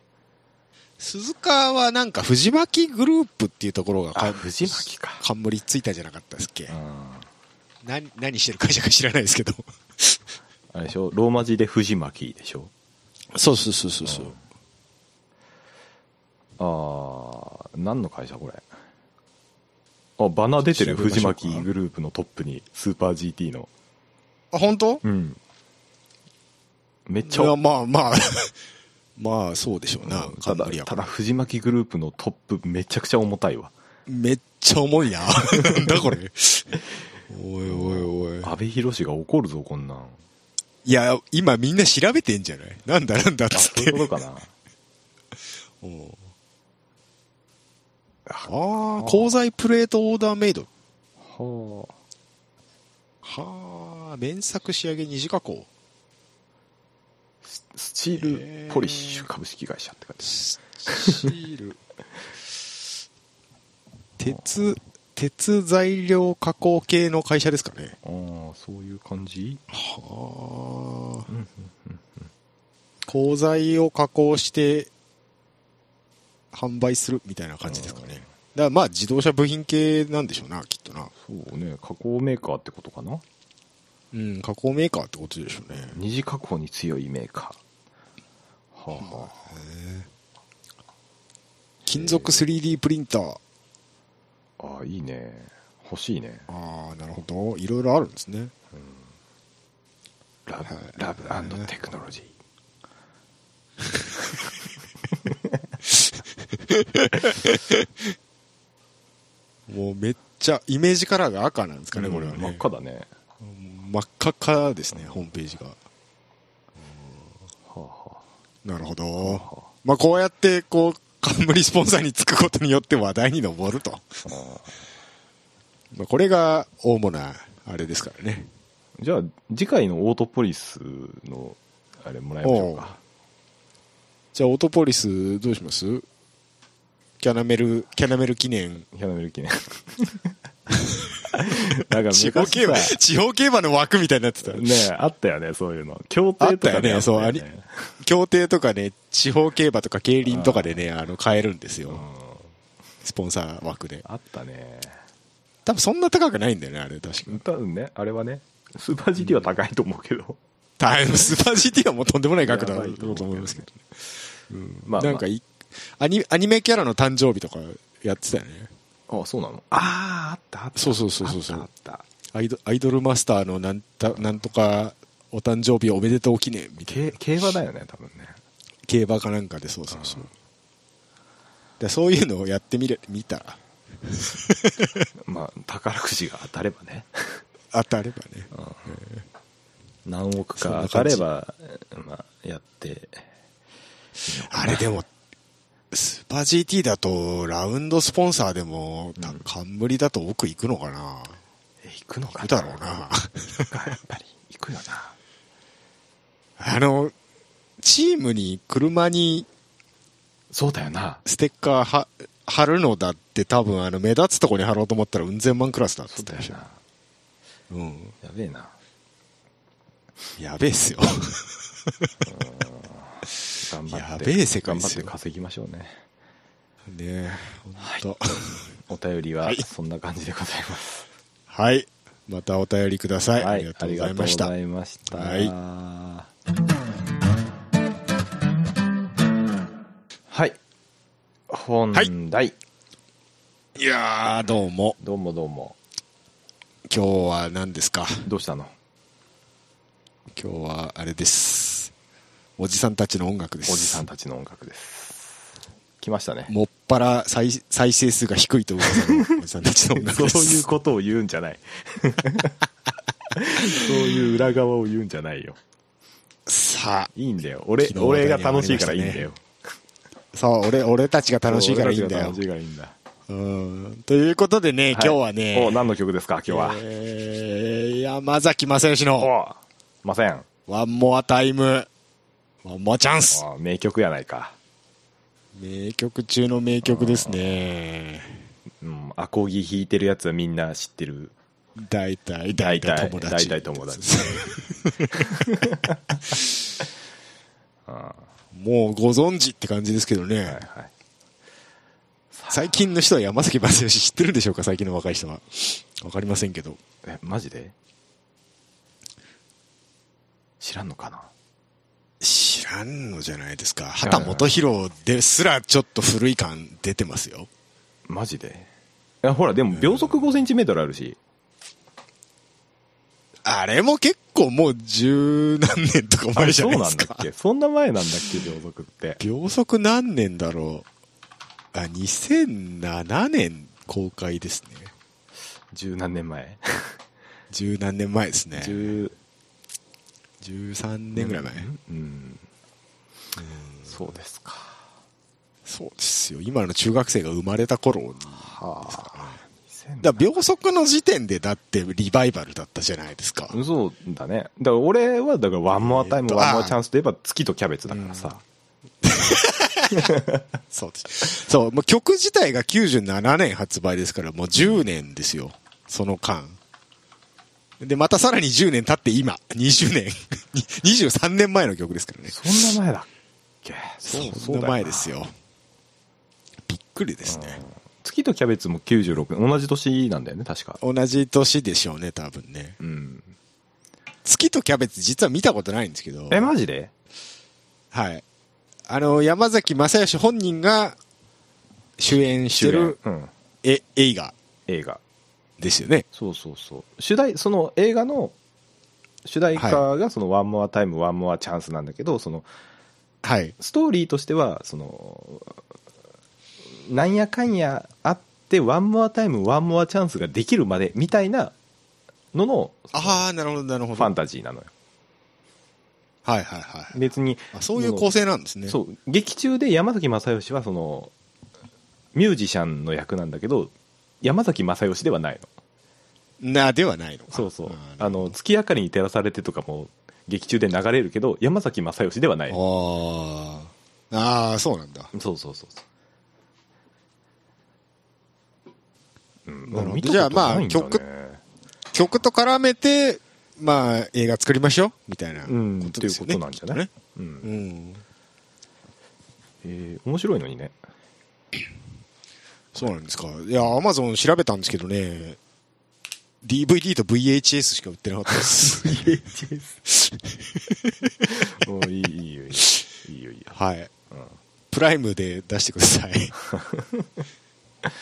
Speaker 2: 鈴鹿はなんか藤巻グループっていうところが
Speaker 1: あ、
Speaker 2: か
Speaker 1: 藤巻か。
Speaker 2: 冠ついたじゃなかったっすっけ
Speaker 1: う、ん。
Speaker 2: な何してる会社か知らないですけど
Speaker 1: あれでしょローマ字で藤巻でしょ
Speaker 2: そうそうそうそうそう、
Speaker 1: あー、何の会社これ。あ、バナ出てるよ
Speaker 2: 調べま
Speaker 1: 藤
Speaker 2: しょうか
Speaker 1: 巻グループのトップに、スーパー GT の。
Speaker 2: あ本当
Speaker 1: うん。めっち
Speaker 2: いや
Speaker 1: ゃ、
Speaker 2: まあまあ *laughs* まあそうでしょうな
Speaker 1: ただ
Speaker 2: 冠、やか
Speaker 1: た
Speaker 2: ら
Speaker 1: だ藤巻グループのトップめちゃくちゃ重たいわ。
Speaker 2: めっちゃ重
Speaker 1: *laughs*
Speaker 2: いななんだこれおいおいおい
Speaker 1: 安倍博士が怒るぞ、こんなん。
Speaker 2: いや今みんな調べてんじゃないなんだなんだっ
Speaker 1: あ、
Speaker 2: つっ
Speaker 1: そうい
Speaker 2: て
Speaker 1: うことかな。
Speaker 2: うんああ鋼材プレートオーダーメイド
Speaker 1: は
Speaker 2: はあ面作仕上げ二次加工
Speaker 1: あ。ススチールポリッシュ株式会社って感じ。
Speaker 2: スチール *laughs* 鉄鉄材料加工系の会社ですかね
Speaker 1: ああ、そういう感じ
Speaker 2: はあ
Speaker 1: うんうん
Speaker 2: 鋼材を加工して販売するみたいな感じですかねだからまあ自動車部品系なんでしょうなきっとな
Speaker 1: そうね、加工メーカーってことかな
Speaker 2: うん加工メーカーってことでしょうね
Speaker 1: 二次加工に強いメーカはあは
Speaker 2: 金属 3D プリンター。
Speaker 1: あ、ああいいね欲しいね
Speaker 2: ああ、なるほど。いろいろあるんですね。
Speaker 1: ラブラブテクノロジー
Speaker 2: もうめっちゃ、イメージカラーが赤なんですかね、これはね。
Speaker 1: 真っ赤だね
Speaker 2: 真っ赤っかですね、ホームページが。
Speaker 1: はあは
Speaker 2: なるほど。まあ、こうやって、こう、冠スポンサーにつくことによって話題に上ると。
Speaker 1: あああ
Speaker 2: まあ、これが大主な、あれですからね。
Speaker 1: じゃあ次回のオートポリスのあれもらいましょうか
Speaker 2: じゃあ、オートポリス、どうしますキャナメル、キャナメル記念。
Speaker 1: キャナメル記念 *laughs* なんか
Speaker 2: 地方競馬、
Speaker 1: 昔さ
Speaker 2: 地方競馬の枠みたいになってた。
Speaker 1: ねえあったよねそういうの協定と
Speaker 2: あ
Speaker 1: か
Speaker 2: ったよねそう
Speaker 1: あったよ
Speaker 2: あり競艇とかね、地方競馬とか競輪とかでね、あの、買えるんですよ
Speaker 1: うん。
Speaker 2: スポンサー枠で。
Speaker 1: あったね
Speaker 2: 多分そんな高くないんだよね、あれ、確か。
Speaker 1: 多分ねあれはねスーパー GT は高いと思うけど、
Speaker 2: タイムスーパー GT はもうとんでもない額だ
Speaker 1: やばい
Speaker 2: と思いますけどね。
Speaker 1: まあ、
Speaker 2: なんかいアニ、アニメキャラの誕生日とかやってたよね。
Speaker 1: ああそうなのあああったあった
Speaker 2: そうそうそうそうそう
Speaker 1: あったあった
Speaker 2: アイドアイドルマスターのなんたなんとかお誕生日おめでとう記念みたいな
Speaker 1: け競馬だよね多分ね
Speaker 2: 競馬かなんかでそうそうそうでそういうのをやってみれ見たら
Speaker 1: まあ宝くじが当たればね
Speaker 2: 当たればね
Speaker 1: 何億
Speaker 2: そん
Speaker 1: か
Speaker 2: な
Speaker 1: 当た
Speaker 2: 感じ
Speaker 1: ればまあやって
Speaker 2: あれでもスーパー GT だとラウンドスポンサーでも、た冠だと奥行くのかな
Speaker 1: え行くのか
Speaker 2: 行くだろうな *laughs*
Speaker 1: 行くかやっぱり行くよな
Speaker 2: あのチームに車に
Speaker 1: そうだよな
Speaker 2: ステッカーは貼るのだって多分あの目立つとこに貼ろうと思ったらうん千万クラスだっつ
Speaker 1: そ
Speaker 2: っ
Speaker 1: う
Speaker 2: て
Speaker 1: だ
Speaker 2: ま
Speaker 1: よ
Speaker 2: したよ
Speaker 1: な
Speaker 2: うん
Speaker 1: やべえな
Speaker 2: やべえっすよ。 *laughs*
Speaker 1: 頑張って
Speaker 2: やべえ世界
Speaker 1: 頑
Speaker 2: で
Speaker 1: 張っ
Speaker 2: す
Speaker 1: て
Speaker 2: よ
Speaker 1: 稼ぎましょうね
Speaker 2: ねえ、ほんと。
Speaker 1: お便りは
Speaker 2: はい
Speaker 1: そんな感じでございます
Speaker 2: はい。またお便りください。ありがとうございました
Speaker 1: あ。りがとうございました
Speaker 2: はい
Speaker 1: はい本題、
Speaker 2: いやー、どうも。
Speaker 1: どうもどうも
Speaker 2: 今日は何ですか
Speaker 1: どうしたの
Speaker 2: 今日はあれです。おじさんたちの音楽で
Speaker 1: お
Speaker 2: す。
Speaker 1: じさん。たちの音楽です来ましたね
Speaker 2: もっぱら再再生数が低いと噂のおじさんたちの音楽
Speaker 1: *laughs* そう
Speaker 2: です。
Speaker 1: いうことを言うんじゃない
Speaker 2: *laughs*
Speaker 1: そういう裏側を言うんじゃないよ
Speaker 2: さ
Speaker 1: いいんだよ俺
Speaker 2: 昨日
Speaker 1: 俺が楽しいからいいんだよ
Speaker 2: あ、そう、俺、俺たちが楽しいからいいん
Speaker 1: 俺
Speaker 2: だ
Speaker 1: た
Speaker 2: よ
Speaker 1: ち。が楽しいからいいんだ
Speaker 2: うん。ということでね、今日はね、
Speaker 1: お何の曲ですか今日は、
Speaker 2: えー、山崎正義の
Speaker 1: おませんあ
Speaker 2: ワンモアタイム、ワンモアチャンス。
Speaker 1: 名曲やないか
Speaker 2: 名曲中の名曲ですね。
Speaker 1: うんアコギ弾いてるやつはみんな知ってる
Speaker 2: 大体、大体友達。
Speaker 1: 大体友
Speaker 2: *laughs*
Speaker 1: 達
Speaker 2: もうご存知って感じですけどね。
Speaker 1: はいはい
Speaker 2: 最近の人は山崎正義知ってるんでしょうか最近の若い人は。わかりませんけど。
Speaker 1: えマジで知らんのかな
Speaker 2: 知らんのじゃないですか。畑元博ですらちょっと古い感出てますよ。
Speaker 1: マジでいやほらでも秒速 5cm あるし
Speaker 2: あれも結構もう十何年とか
Speaker 1: あ
Speaker 2: 前
Speaker 1: れ
Speaker 2: じゃ
Speaker 1: そう
Speaker 2: ないで
Speaker 1: なん
Speaker 2: す
Speaker 1: だ
Speaker 2: か
Speaker 1: っ。けそんな前なんだっけ秒速って
Speaker 2: 秒速何年だろう。あ、2007年公開ですね。
Speaker 1: 十何年
Speaker 2: *laughs*
Speaker 1: 前
Speaker 2: 十何年前ですね。
Speaker 1: 十
Speaker 2: 13年ぐらい前、
Speaker 1: うんそうですか
Speaker 2: そうですよ今の中学生が生まれた頃に
Speaker 1: はあ
Speaker 2: だから秒速の時点でだってリバイバルだったじゃないですか、
Speaker 1: そうだねだから俺はだからワンモアタイム、
Speaker 2: えっと
Speaker 1: ワンモ
Speaker 2: あ
Speaker 1: アチャンスといえば月とキャベツだからさ、
Speaker 2: そうですそうもう曲自体が97年発売ですからもう10年ですよその間でまたさらに10年経って今20年 *laughs* 23年前の曲ですからね
Speaker 1: そんな前だっけ
Speaker 2: そんな前ですよびっくりですね、
Speaker 1: 月とキャベツも96年同じ年なんだよね確か
Speaker 2: 同じ年でしょうね多分ね
Speaker 1: うん
Speaker 2: 月とキャベツ実は見たことないんですけど
Speaker 1: えマジで
Speaker 2: はい。あの、山崎正義本人が主演してる
Speaker 1: 主演うん、
Speaker 2: え映画
Speaker 1: 映画
Speaker 2: ですよね。
Speaker 1: そうそうそう主題その映画の主題歌がその「ワンモアタイムワンモアチャンスなんだけどその
Speaker 2: はい。
Speaker 1: ストーリーとしてはそのなんやかんやあってワンモアタイムワンモアチャンスができるまでみたいなのの
Speaker 2: ああ、なるほど、なるほど。
Speaker 1: ファンタジーなのよ
Speaker 2: はいはいはい。
Speaker 1: 別に
Speaker 2: あそういう構成なんですね。
Speaker 1: そう劇中で山崎正義はそのミュージシャンの役なんだけど山崎正義ではないの
Speaker 2: な、ではないのか。
Speaker 1: そうそう
Speaker 2: あ
Speaker 1: あの月明かりに照らされてとかも劇中で流れるけど山崎正義ではないの
Speaker 2: ーあー、そうなんだ。
Speaker 1: そうそうそうそううん
Speaker 2: なるほど
Speaker 1: 見たこと
Speaker 2: じゃあまあ
Speaker 1: ないんだね
Speaker 2: 曲曲と絡めて、まあ、映画作りましょう、みたいなこ
Speaker 1: うん
Speaker 2: とですよね。
Speaker 1: っていうことなんじゃない
Speaker 2: きっ
Speaker 1: う
Speaker 2: と
Speaker 1: ん
Speaker 2: ねうん。
Speaker 1: えー面白いのに
Speaker 2: *laughs*
Speaker 1: ね
Speaker 2: そうなんですか。いや、アマゾン調べたんですけどね、DVD と VHS しか売ってなかった *laughs* です。
Speaker 1: もういいいいよいいよいいよいいよ
Speaker 2: はい、プライムで出してください。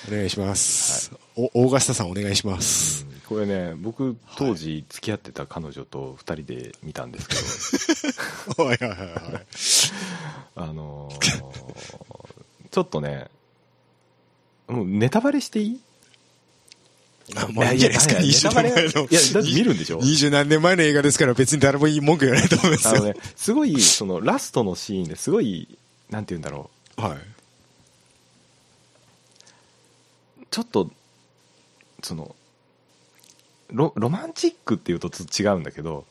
Speaker 2: お願いします、お。オーガスタさんお願いします。
Speaker 1: これね僕当時付き合ってた彼女と2人で見たんですけど、 *laughs*
Speaker 2: はいはいはいはい。
Speaker 1: あのーちょっとねもうネタバレしていい
Speaker 2: あまあ、いいんじゃないですか、
Speaker 1: ややネ
Speaker 2: 20
Speaker 1: タバレ
Speaker 2: 年
Speaker 1: は
Speaker 2: 前
Speaker 1: い
Speaker 2: の。
Speaker 1: やだって見るんでしょ
Speaker 2: 二十何年前の映画ですから別に誰もいい文句言わないと思います
Speaker 1: あ
Speaker 2: よ。
Speaker 1: のねすごいそのラストのシーンですごいなんて言うんだろ
Speaker 2: はい。
Speaker 1: うちょっとそのロロマンチックっていうとちょっと違うんだけど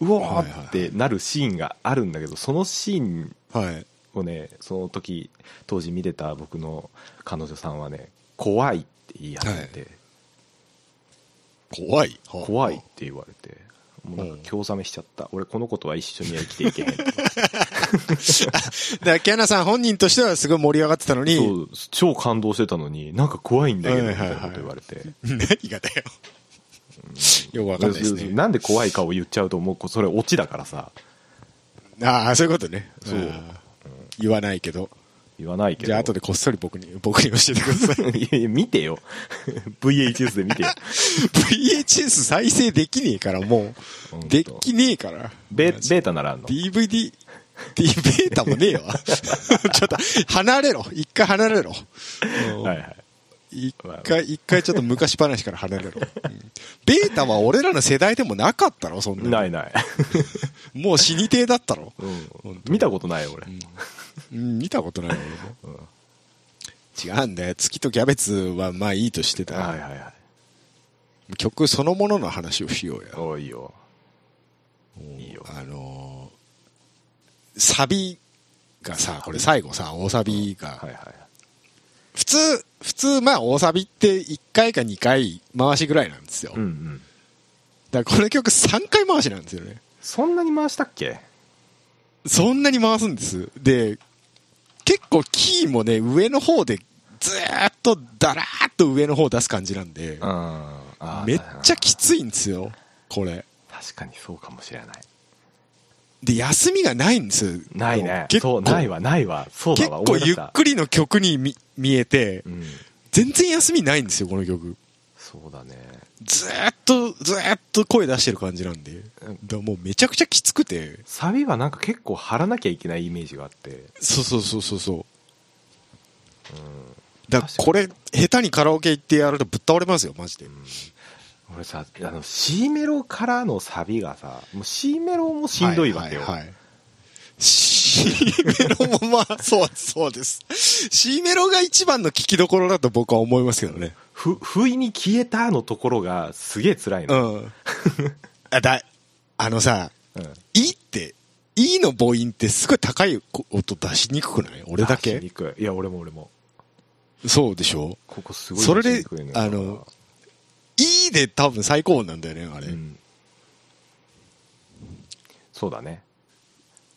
Speaker 1: うお
Speaker 2: はいはいは
Speaker 1: ー
Speaker 2: い
Speaker 1: ってなるシーンがあるんだけどそのシーン
Speaker 2: はい。
Speaker 1: をねその時当時見てた僕の彼女さんはね怖いって言い始めて、
Speaker 2: 怖い。はあ
Speaker 1: 怖いっ。て言われてもうなんか興ざめしちゃった俺この子とは一緒には生きていけへんと
Speaker 2: だから、キャナさん本人としては *laughs* すごい盛り上がってたの
Speaker 1: そ
Speaker 2: に、
Speaker 1: う超感動してたのになんか怖いんだけど
Speaker 2: は
Speaker 1: み
Speaker 2: いは
Speaker 1: た
Speaker 2: い
Speaker 1: い
Speaker 2: はい
Speaker 1: なこと言われて、
Speaker 2: 何がだよ。よくわかんないですね。
Speaker 1: なんで怖いかを言っちゃうともうこうそれオチだからさ
Speaker 2: ああ、そういうことね。
Speaker 1: そう
Speaker 2: あー言わないけど。
Speaker 1: 言わないけど
Speaker 2: じゃあ、後でこっそり僕に、僕に教えてください。
Speaker 1: いやいや見てよ VHS で見てよ
Speaker 2: VHS 再生できねえから、も
Speaker 1: ほんと
Speaker 2: う。できねえから。
Speaker 1: ベベータならあんの
Speaker 2: DVD、D ベータもねえわ。 *laughs* ちょっと、離れろ。一回離れろ。
Speaker 1: はいはい
Speaker 2: 一
Speaker 1: まあまあ
Speaker 2: 回、一回ちょっと昔話から離れろ。うんベータは俺らの世代でもなかったろ、そんなの。
Speaker 1: ないない、
Speaker 2: もう死にてえだ
Speaker 1: *laughs*
Speaker 2: ったろ。
Speaker 1: うん、見たことないよ俺、
Speaker 2: うん、見たことないよ俺も。違うんだよ。月とキャベツはまあいいとしてた。
Speaker 1: はいはいはい
Speaker 2: 曲そのものの話をしようや。
Speaker 1: おいいよいいよ
Speaker 2: あのーサビがさ、これ最後さ、大サビが、
Speaker 1: はいはい
Speaker 2: 普通、普通、まあ大サビって1回か2回回しぐらいなんですよ。
Speaker 1: うんうん
Speaker 2: だからこの曲3回回しなんですよね。
Speaker 1: そんなに回したっけ
Speaker 2: そんなに回すんです。で、結構キーもね、上の方でずーっとだらーっと上の方出す感じなんで、
Speaker 1: ああ
Speaker 2: めっちゃきついんですよ、これ。
Speaker 1: 確かにそうかもしれない
Speaker 2: で、休みがないんです。
Speaker 1: ないね
Speaker 2: 結
Speaker 1: そ
Speaker 2: 構
Speaker 1: うないわないわそう
Speaker 2: 結
Speaker 1: だわ
Speaker 2: 構
Speaker 1: 思い出
Speaker 2: ゆ
Speaker 1: し
Speaker 2: ったくりの曲に見見えて、
Speaker 1: うん
Speaker 2: 全然休みないんですよ、この曲。
Speaker 1: そうだね
Speaker 2: ずーっと、ずーっと声出してる感じなんで。だからもうめちゃくちゃきつくて。
Speaker 1: サビはなんか結構張らなきゃいけないイメージがあって
Speaker 2: そうそうそうそうそう。だから
Speaker 1: 確かに
Speaker 2: これ、下手にカラオケ行ってやるとぶっ倒れますよ、マジで。
Speaker 1: 俺さあの C メロからのサビがさもう C メロもしんどいわけよ、
Speaker 2: はいはいはい C メロもまあ、 *laughs* そう、そうです。C メロが一番の聞きどころだと僕は思いますけどね。
Speaker 1: ふ不意に消えたのところがすげえ辛いうの、
Speaker 2: *laughs* ん。あ、だ、あのさ、
Speaker 1: うん、
Speaker 2: いいって、いいの母音ってすごい高い音出しにくくない俺だ
Speaker 1: 出し
Speaker 2: け
Speaker 1: にくいいや俺も俺も
Speaker 2: そうでしょ
Speaker 1: ここすごい
Speaker 2: それ
Speaker 1: 出し
Speaker 2: で
Speaker 1: にくい、よ
Speaker 2: あの、いいで多分最高音なんだよね、あれ。
Speaker 1: うん、そうだね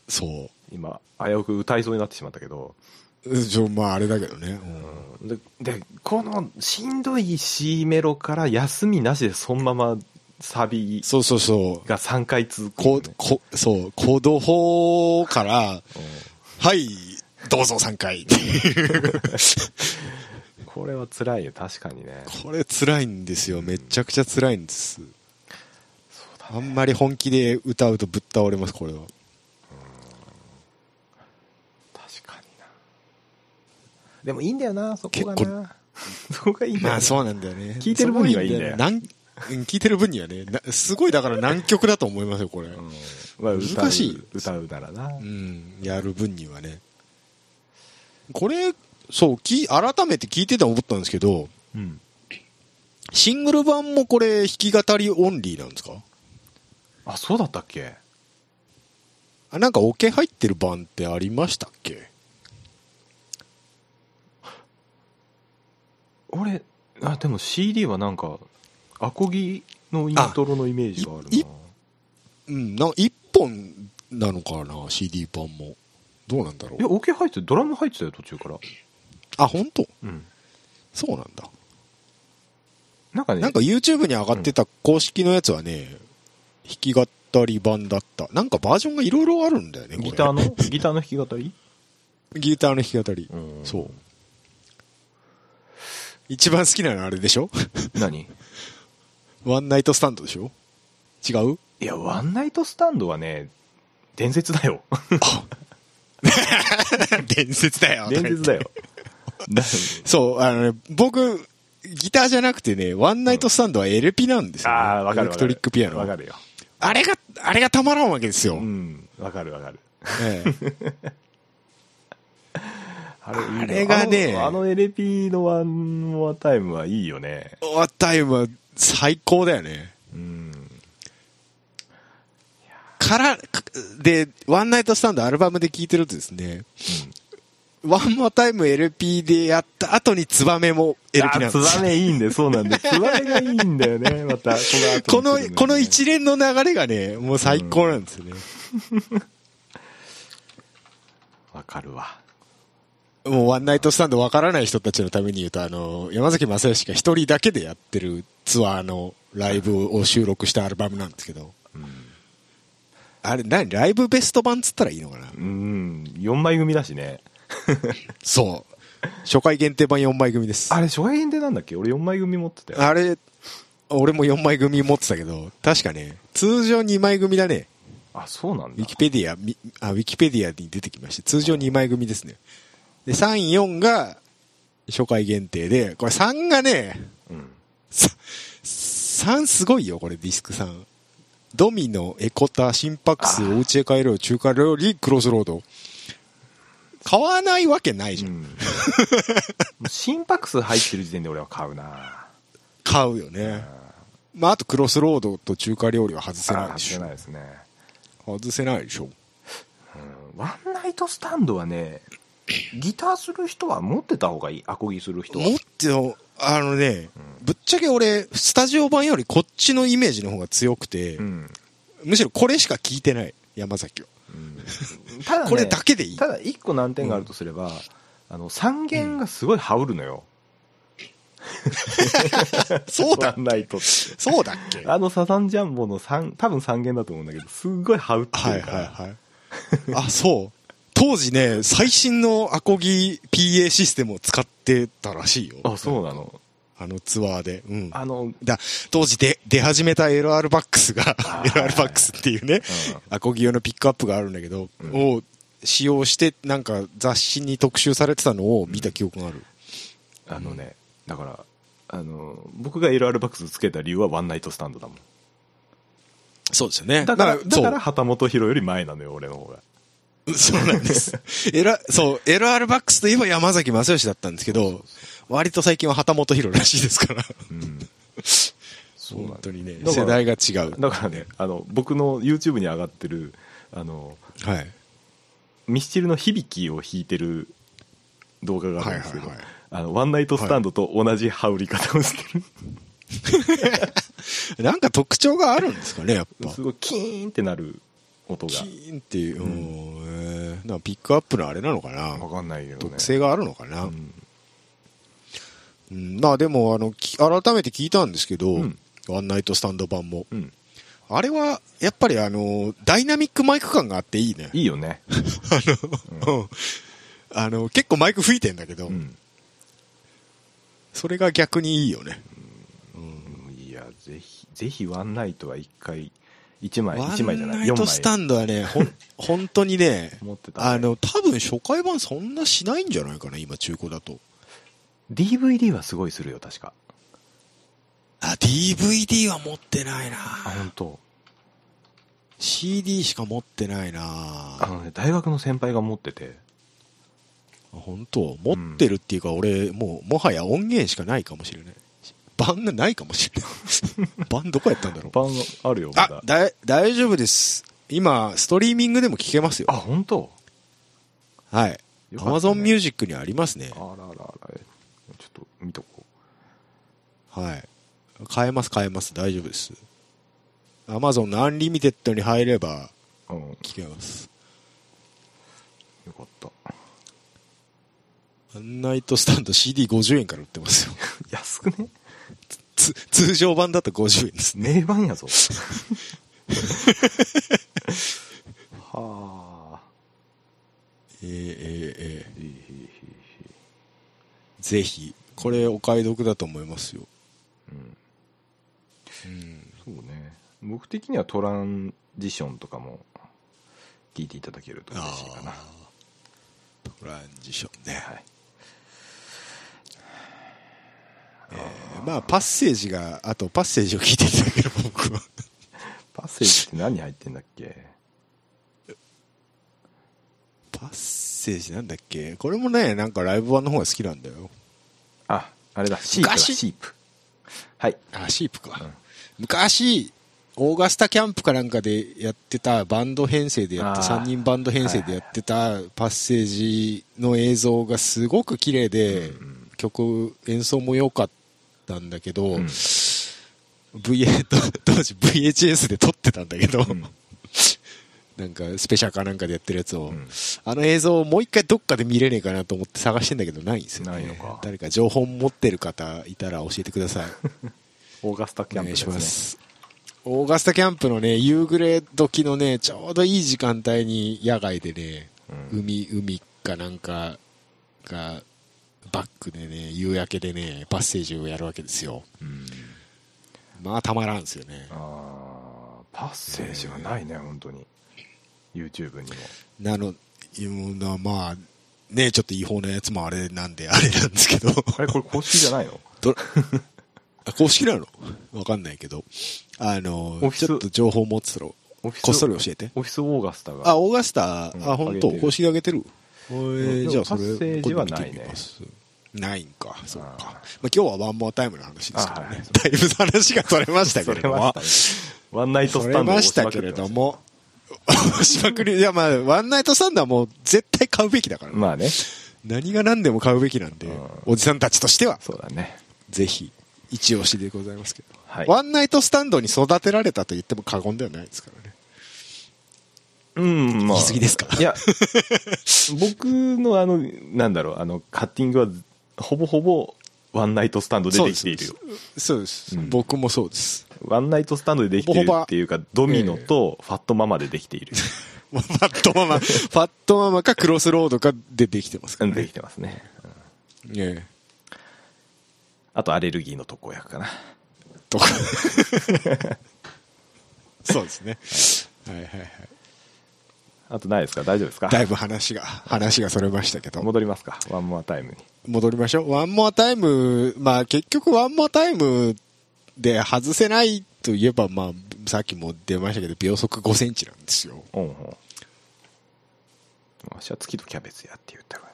Speaker 2: そ
Speaker 1: 今危うく歌いそうになってしまったけど
Speaker 2: う。ちょ、まああれだけどね。うん
Speaker 1: ででこのしんどい C メロから休みなしでそのままサビ
Speaker 2: そうそうそう。
Speaker 1: が3回続く
Speaker 2: こ
Speaker 1: の
Speaker 2: う
Speaker 1: ね、
Speaker 2: こ、そう、行動法から、
Speaker 1: うん
Speaker 2: はい、どうぞ3回。 *laughs*
Speaker 1: これは辛いよ、確かにね。
Speaker 2: これ辛いんですよ。めちゃくちゃ辛いんです。あんまり本気で歌うとぶっ倒れます、これは。
Speaker 1: 確かにな。でもいいんだよな、そこが
Speaker 2: 結
Speaker 1: な。 *laughs* そこがいいんだよ
Speaker 2: ま
Speaker 1: な
Speaker 2: あそうなんだよね。
Speaker 1: 聞いてる分にはいいんだよ
Speaker 2: なんうん聞いてる分にはね、なすごいだから難曲だと思いますよ、これ。う
Speaker 1: まあ歌う
Speaker 2: 難しい
Speaker 1: 歌うならな。
Speaker 2: ん、やる分にはね。これ、そう、き改めて聞いてて思ったんですけど、
Speaker 1: うん。
Speaker 2: シングル版もこれ弾き語りオンリーなんですか
Speaker 1: あ、そうだったっけ
Speaker 2: あなんかオケ入ってる版ってありましたっけ
Speaker 1: 俺、あ、でも CD はなんか、アコギのイントロのイメージがある
Speaker 2: いい
Speaker 1: な。
Speaker 2: うん、な一本なのかな CD 版も。どうなんだろ
Speaker 1: いや、
Speaker 2: う。
Speaker 1: オケ入ってドラム入ってたよ、途中から。
Speaker 2: あ、本当
Speaker 1: うん。
Speaker 2: そうなんだ。
Speaker 1: なんかね、
Speaker 2: なんか YouTube に上がってた公式のやつはね、弾き語り版だった。なんかバージョンがいろいろあるんだよね、これ
Speaker 1: ギターの、ギターの弾き語り
Speaker 2: *laughs* ギターの弾き語り。
Speaker 1: うん
Speaker 2: そう。一番好きなのあれでしょ *laughs*
Speaker 1: 何い
Speaker 2: ワンナイトスタンドでしょ違う *laughs*
Speaker 1: や、ワンナイトスタンドはね、伝説だよ。
Speaker 2: 伝説だよ。
Speaker 1: 伝説 *laughs* だよ。だ
Speaker 2: *laughs* そう、あのね、僕、ギターじゃなくてね、ワンナイトスタンドは LP なんですよ、
Speaker 1: *laughs*
Speaker 2: ね
Speaker 1: ああ、わかるわかる。
Speaker 2: エレクトリックピアノ
Speaker 1: わか
Speaker 2: は。
Speaker 1: るよ。
Speaker 2: あれが、あれがたまらんわけですよ。
Speaker 1: うん、わかるわかる。
Speaker 2: ええ
Speaker 1: あれいいな
Speaker 2: あれがね
Speaker 1: あのあの LP のワンモアタイムはいいよね。
Speaker 2: ワンタイムは最高だよね。
Speaker 1: うん。
Speaker 2: から、かで、ワンナイトスタンドアルバムで聴いてるとですね、ワンモアタイム LP でやった後にツバメも LP なん
Speaker 1: あ
Speaker 2: で
Speaker 1: ツ
Speaker 2: す
Speaker 1: バ
Speaker 2: よ。
Speaker 1: メいいんで、そう
Speaker 2: *laughs*
Speaker 1: なんで。ツバメがいいんだよね、また。こ
Speaker 2: こ
Speaker 1: の後
Speaker 2: の
Speaker 1: に来るね、
Speaker 2: この一連の流れがね、もう最高なんですよね。
Speaker 1: わかるわ。
Speaker 2: もうワンナイトスタンドわからない人たちのために言うと、あの、山崎正義が一人だけでやってるツアーのライブを収録したアルバムなんですけど、あれ、何ライブベスト版っつったらいいのかな
Speaker 1: うん。4枚組だしね。
Speaker 2: そう。初回限定版4枚組です。
Speaker 1: あれ、初回限定なんだっけ俺4枚組持ってたよ。
Speaker 2: あれ、俺も4枚組持ってたけど、確かね、通常2枚組だね。
Speaker 1: あ、そうなん
Speaker 2: ウィ
Speaker 1: だ
Speaker 2: キ。ペディア、みあ、ウィキペディアに出てきまして、通常2枚組ですね。で、3、4が初回限定で、これ3がね、
Speaker 1: うん。
Speaker 2: さ3すごいよ、これ、ディスク3。ドミノ、エコタ、シンパックス、おうちへ帰ろう、中華料理、クロスロード。買わないわけないじ
Speaker 1: う
Speaker 2: ゃん。
Speaker 1: ん、心拍数入ってる時点で俺は買うな。
Speaker 2: 買うよね。まあ、あとクロスロードと中華料理は外せない
Speaker 1: あ
Speaker 2: で
Speaker 1: ー
Speaker 2: し
Speaker 1: して
Speaker 2: ょ
Speaker 1: ない。ですね。
Speaker 2: 外せないでしょ。
Speaker 1: ワンナイトスタンドはね、ギターする人は持ってた方がいい。アコギする人は。
Speaker 2: 持っての、あのね、ぶっちゃけ俺、スタジオ版よりこっちのイメージの方が強くて、
Speaker 1: うん。
Speaker 2: むしろこれしか聞いてない、山崎
Speaker 1: *laughs*
Speaker 2: は。
Speaker 1: ただ、ね、
Speaker 2: これだけでいい
Speaker 1: ただ一個難点があるとすれば、あの三弦がすごい羽織るのよ、
Speaker 2: そうだ、
Speaker 1: ワンナイトって
Speaker 2: そうだっけ
Speaker 1: *laughs* あのサザンジャンボの三多分三弦だと思うんだけどすごい羽織って
Speaker 2: はい
Speaker 1: るから、
Speaker 2: はいはい。あ、そう。当時ね、最新のアコギ PA システムを使ってたらしいよ。
Speaker 1: あそうなの
Speaker 2: あのツアーで。うん。
Speaker 1: あの
Speaker 2: だ当時で出始めた LR バックスが、
Speaker 1: ー
Speaker 2: LR バックスっていうね、アコギ用のピックアップがあるんだけど、を使用して、なんか雑誌に特集されてたのを見た記憶がある。
Speaker 1: あのねだからあの僕が LR バックスつけた理由はワンナイトスタンドだもん
Speaker 2: そうですよね
Speaker 1: だから
Speaker 2: そう
Speaker 1: だから旗本博より前なのよ俺の方が *laughs*
Speaker 2: そうなんです。エラ、そう、LR バックスといえば山崎正義だったんですけど、割と最近は旗本博らしいですから。
Speaker 1: そうなん
Speaker 2: 本当にね、
Speaker 1: だから
Speaker 2: 世代が違う。
Speaker 1: だからねあの僕の YouTube に上がってるあの
Speaker 2: はい。
Speaker 1: ミスチルの響きを弾いてる動画があるんですけど、
Speaker 2: はいはいはい
Speaker 1: あのワンナイトスタンドと同じ羽織り方をしてる、
Speaker 2: なんか特徴があるんですかね、やっぱ
Speaker 1: *laughs* 。すごいキーンってなる音が
Speaker 2: キーンっていう、うん、えーなんかピックアップのあれなのかな。
Speaker 1: わかんないよね
Speaker 2: 特性があるのかな。
Speaker 1: う
Speaker 2: うん
Speaker 1: ん
Speaker 2: まあでも、あの、き改めて聞いたんですけど、
Speaker 1: うん
Speaker 2: ワンナイトスタンド版も。
Speaker 1: うん
Speaker 2: あれは、やっぱりあの、ダイナミックマイク感があっていいね。
Speaker 1: いいよね
Speaker 2: うんあの、結構マイク吹いてんだけど、
Speaker 1: うん
Speaker 2: それが逆にいいよね。
Speaker 1: いやぜひぜひワンナイトは一回一枚
Speaker 2: ワ
Speaker 1: 一枚じゃ
Speaker 2: ン
Speaker 1: な
Speaker 2: ナ
Speaker 1: い
Speaker 2: イ
Speaker 1: 四
Speaker 2: ト
Speaker 1: 枚
Speaker 2: スタンドはね、ほん、 *laughs* 本当にね、
Speaker 1: 持ってた
Speaker 2: あの、多分初回版そんなしないんじゃないかな、今中古だと。
Speaker 1: DVD はすごいするよ確か
Speaker 2: あ、DVD は持ってないな
Speaker 1: あ本当。
Speaker 2: CD しか持ってないな
Speaker 1: あ
Speaker 2: あ
Speaker 1: のね大学の先輩が持ってて
Speaker 2: 本当持ってるっていうか、俺、もう、もはや音源しかないかもしれない。版がないかもしれ *laughs* ない。版どこやったんだろう。
Speaker 1: 版あるよまだ
Speaker 2: あ、だい、大丈夫です。今、ストリーミングでも聞けますよ
Speaker 1: あ。本当。
Speaker 2: はい。
Speaker 1: よかったね
Speaker 2: Amazon Music にありますね
Speaker 1: あ。ららららちょっと見とこ
Speaker 2: はい。買えます、買えます。大丈夫です。Amazon のアンリミテッドに入れば
Speaker 1: ううんよ
Speaker 2: 聞けます。
Speaker 1: かった
Speaker 2: ワンナイトスタンド CD50 円から売ってますよ。
Speaker 1: 安くね
Speaker 2: つ通常版だと50円ですね。
Speaker 1: 名盤やぞはあ
Speaker 2: えー、えー、え
Speaker 1: いいいいいい
Speaker 2: ーぜひ。これお買い得だと思いますよ。
Speaker 1: うん
Speaker 2: うん。
Speaker 1: そうね僕的にはトランジションとかも聞いていただけると嬉しいかな
Speaker 2: あートランジションね。
Speaker 1: はい
Speaker 2: えーまあ、パッセージが、あとパッセージを聞いていただければ僕は。
Speaker 1: パッセージって何入ってんだっけ
Speaker 2: パッセージなんだっけこれもね、なんかライブ版の方が好きなんだよ。
Speaker 1: ああれだシープだ
Speaker 2: 昔
Speaker 1: シープはい
Speaker 2: あ、シープか。
Speaker 1: うん
Speaker 2: 昔、オーガスタキャンプかなんかでやってた、バンド編成でやって、
Speaker 1: あー
Speaker 2: 3人バンド編成でやってたパッセージの映像がすごく綺麗で、曲、演奏も良かったんだけど、
Speaker 1: うん
Speaker 2: VA と、当時 VHS で撮ってたんだけど、
Speaker 1: うん
Speaker 2: なんかスペシャルかなんかでやってるやつを、
Speaker 1: ん
Speaker 2: あの映像をもう一回どっかで見れねえかなと思って探してんだけどないんですよ、ね、
Speaker 1: ないのか
Speaker 2: 誰か情報持ってる方いたら教えてください
Speaker 1: オーガスタ
Speaker 2: お
Speaker 1: キャンプ
Speaker 2: 願
Speaker 1: で
Speaker 2: いし
Speaker 1: す
Speaker 2: ま
Speaker 1: ね
Speaker 2: すオーガスタキャンプのね夕暮れ時のねちょうどいい時間帯に野外でね、
Speaker 1: うん
Speaker 2: 海海かなんかがバックでね夕焼けでねパッセージをやるわけですよ
Speaker 1: うん
Speaker 2: まあたまらんですよね
Speaker 1: あーパッセージはないね本当に YouTube にも
Speaker 2: なのいうのはまあねちょっと違法なやつもあれなんであれなんですけど
Speaker 1: あれこれ公式じゃないの
Speaker 2: どあ公式なのわかんないけど。あの
Speaker 1: オ、フィ
Speaker 2: ち
Speaker 1: ス
Speaker 2: ょっと情報持ってたろ。
Speaker 1: オフィス
Speaker 2: こっそり教えて。
Speaker 1: オフィスオーガスタが
Speaker 2: あ、オーガスタ、
Speaker 1: うん
Speaker 2: あ、
Speaker 1: 上
Speaker 2: 本
Speaker 1: げ
Speaker 2: 当
Speaker 1: てる
Speaker 2: 公式上げてる。え
Speaker 1: で
Speaker 2: ー
Speaker 1: も
Speaker 2: じゃあそ
Speaker 1: パ
Speaker 2: れ、
Speaker 1: ッセージは
Speaker 2: 今度見て
Speaker 1: ないね
Speaker 2: みますないんか、そうか
Speaker 1: あー。
Speaker 2: まあ、今日はワンモアタイムの話ですから
Speaker 1: あーはい
Speaker 2: ね。 *laughs* だいぶ話がそれましたけ
Speaker 1: そ
Speaker 2: れ
Speaker 1: れ
Speaker 2: ども
Speaker 1: ま。したねワンナイト
Speaker 2: そ
Speaker 1: スタンド
Speaker 2: れ
Speaker 1: を
Speaker 2: ま
Speaker 1: 押
Speaker 2: し
Speaker 1: したまくって
Speaker 2: けれ
Speaker 1: ま
Speaker 2: ど
Speaker 1: す
Speaker 2: も。 *laughs* しまくり、いやまあ、ワンナイトサンダーも絶対買うべきだからね。
Speaker 1: まあね
Speaker 2: 何が何でも買うべきなんで
Speaker 1: うん、
Speaker 2: おじさんたちとしては。
Speaker 1: そうだね
Speaker 2: ぜひ、一押しでございますけど。
Speaker 1: はい
Speaker 2: ワンナイトスタンドに育てられたと言っても過言ではないですからね。
Speaker 1: うんまあ
Speaker 2: 言い過ぎですか
Speaker 1: いや僕のあのなんだろうあのカッティングはほぼほぼワンナイトスタンドでできているよ
Speaker 2: そうです。
Speaker 1: うん
Speaker 2: 僕もそうです。
Speaker 1: ワンナイトスタンドでできているっていうかドミノとファットママでできてい
Speaker 2: *laughs*
Speaker 1: る
Speaker 2: ファットママ、ファットママかクロスロードかでできてますからね。
Speaker 1: できてますねうん
Speaker 2: え
Speaker 1: あとアレルギーの特効薬かな
Speaker 2: えとか。そうですね。はいはいはい。
Speaker 1: あとないですか大丈夫ですか
Speaker 2: だいぶ話が、話がそれましたけど。
Speaker 1: 戻りますかワンモアタイムに
Speaker 2: 戻りましょう。ワンモアタイム、まあ結局ワンモアタイムで外せないといえば、まあさっきも出ましたけど、秒速5センチなんですよ。
Speaker 1: うんうんわしは月とキャベツやって言ったから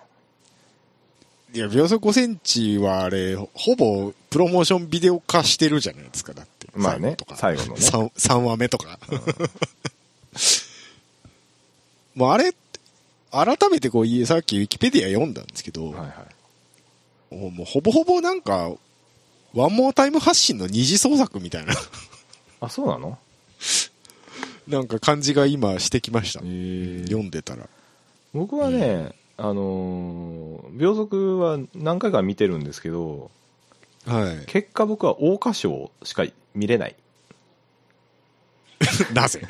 Speaker 2: いや、秒速5センチはあれ、ほぼプロモーションビデオ化してるじゃないですか、だって。
Speaker 1: まあね最
Speaker 2: 最
Speaker 1: 後
Speaker 2: 後の
Speaker 1: の
Speaker 2: ね。
Speaker 1: ね
Speaker 2: 3, 話目とか。 *laughs* もうあれ、改めてこういえ、さっきウィキペディア読んだんですけど、
Speaker 1: はいはい
Speaker 2: もうもうほぼほぼなんか、ワンモアタイム発信の二次創作みたいな、 *laughs*
Speaker 1: あそうなの
Speaker 2: なんか感じが今してきました。
Speaker 1: え
Speaker 2: 読んでたら。
Speaker 1: 僕はね、あのー秒速は何回か見てるんですけど
Speaker 2: はい。
Speaker 1: 結果僕は桜花賞しか見れない
Speaker 2: なぜ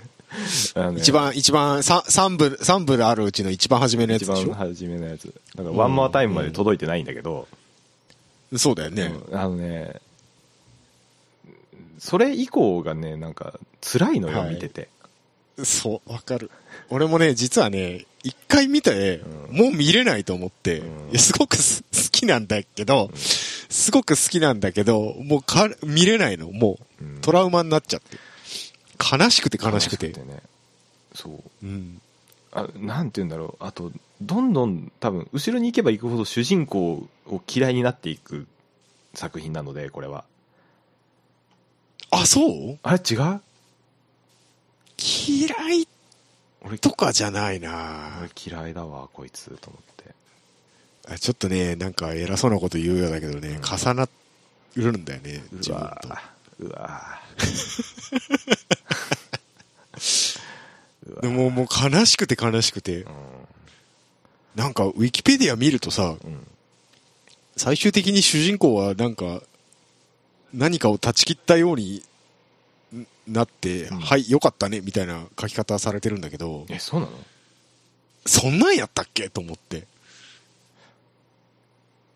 Speaker 1: あ *laughs* のね
Speaker 2: 一番、一番、さ三部、三部あるうちの一番初めのやつ
Speaker 1: 一
Speaker 2: でし
Speaker 1: 番初めのやつなんかワンモアタイムまで届いてないんだけど、
Speaker 2: ょそうだよね。
Speaker 1: うんあのねそれ以降がねなんか辛いのよ、
Speaker 2: はい
Speaker 1: 見てて
Speaker 2: そう、わかる。俺もね、実はね、一回見て、もう見れないと思って、
Speaker 1: ん
Speaker 2: いやすごくす好きなんだけど、すごく好きなんだけど、もうか見れないの、もう、
Speaker 1: うん
Speaker 2: トラウマになっちゃって。悲しくて悲しくて。
Speaker 1: ねそう
Speaker 2: うん。
Speaker 1: あなんて言うんだろうあとどんどん多分後ろに行けば行くほど主人公を嫌いになっていく作品なのでこれは
Speaker 2: あ、そう
Speaker 1: あれ違う
Speaker 2: 嫌い
Speaker 1: 俺
Speaker 2: とかじゃないな
Speaker 1: 俺嫌いだわこいつと思って
Speaker 2: あちょっとね、なんか偉そうなこと言うようだけどね、重なるんだよね、自
Speaker 1: う
Speaker 2: 分
Speaker 1: わ
Speaker 2: と。
Speaker 1: うわ
Speaker 2: でももう悲しくて悲しくて、なんかウィキペディア見るとさ、
Speaker 1: ん
Speaker 2: 最終的に主人公はなんか何かを断ち切ったようにんなって、
Speaker 1: ん
Speaker 2: はいよかったねみたいな書き方されてるんだけど
Speaker 1: えそうなの
Speaker 2: そんなんやったっけと思って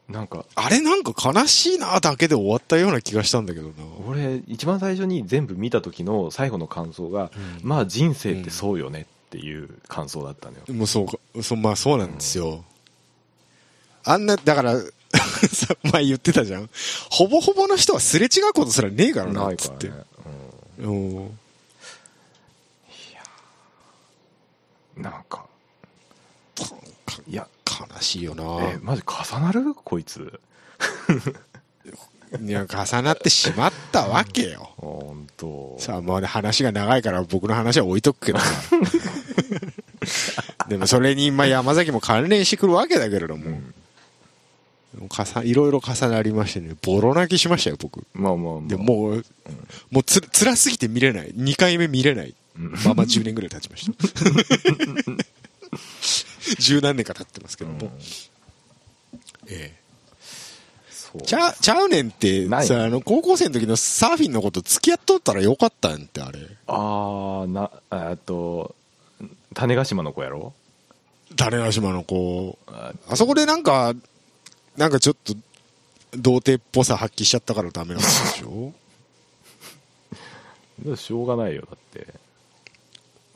Speaker 1: なんか
Speaker 2: あれなんか悲しいなだけで終わったような気がしたんだけどな
Speaker 1: 俺一番最初に全部見た時の最後の感想が、
Speaker 2: うん
Speaker 1: まあ人生ってそうよねっていう感想だったのよ、
Speaker 2: もうそうかそまあそうなんですよ、あんなだから *laughs* さ前言ってたじゃんほぼほぼの人はすれ違うことすらねえからな
Speaker 1: な
Speaker 2: っ
Speaker 1: い
Speaker 2: つっ
Speaker 1: か
Speaker 2: て
Speaker 1: らね、
Speaker 2: うん
Speaker 1: うん、なんか
Speaker 2: か
Speaker 1: いや
Speaker 2: 悲しいよな
Speaker 1: えマジ重なるこいつ
Speaker 2: いや重なってしまったわけよ
Speaker 1: 本当
Speaker 2: さあまあね話が長いから僕の話は置い
Speaker 1: *laughs*
Speaker 2: とくけどさでもそれにまあ山崎も関連してくるわけだけれども、重いろいろ重なりましてねボロ泣きしましたよ僕
Speaker 1: まあまあまあ
Speaker 2: でもう、もうつ辛すぎて見れない2回目見れない
Speaker 1: うん
Speaker 2: まあまあ10年ぐらい経ち
Speaker 1: *laughs*
Speaker 2: ました十何年か経ってますけども、
Speaker 1: うん
Speaker 2: ええ
Speaker 1: そう
Speaker 2: ちゃう、ちゃうねんって、
Speaker 1: ない
Speaker 2: さ、あの、高校生の時のサーフィンのこと付き合っとったらよかったんって、あれ。
Speaker 1: ああなえーっと種子島の子やろ
Speaker 2: 種子島の子。
Speaker 1: あ
Speaker 2: あそこでなんか、なんかちょっと、童貞っぽさ発揮しちゃったからダメなんで
Speaker 1: *laughs*
Speaker 2: しょ
Speaker 1: でもしょうがないよだって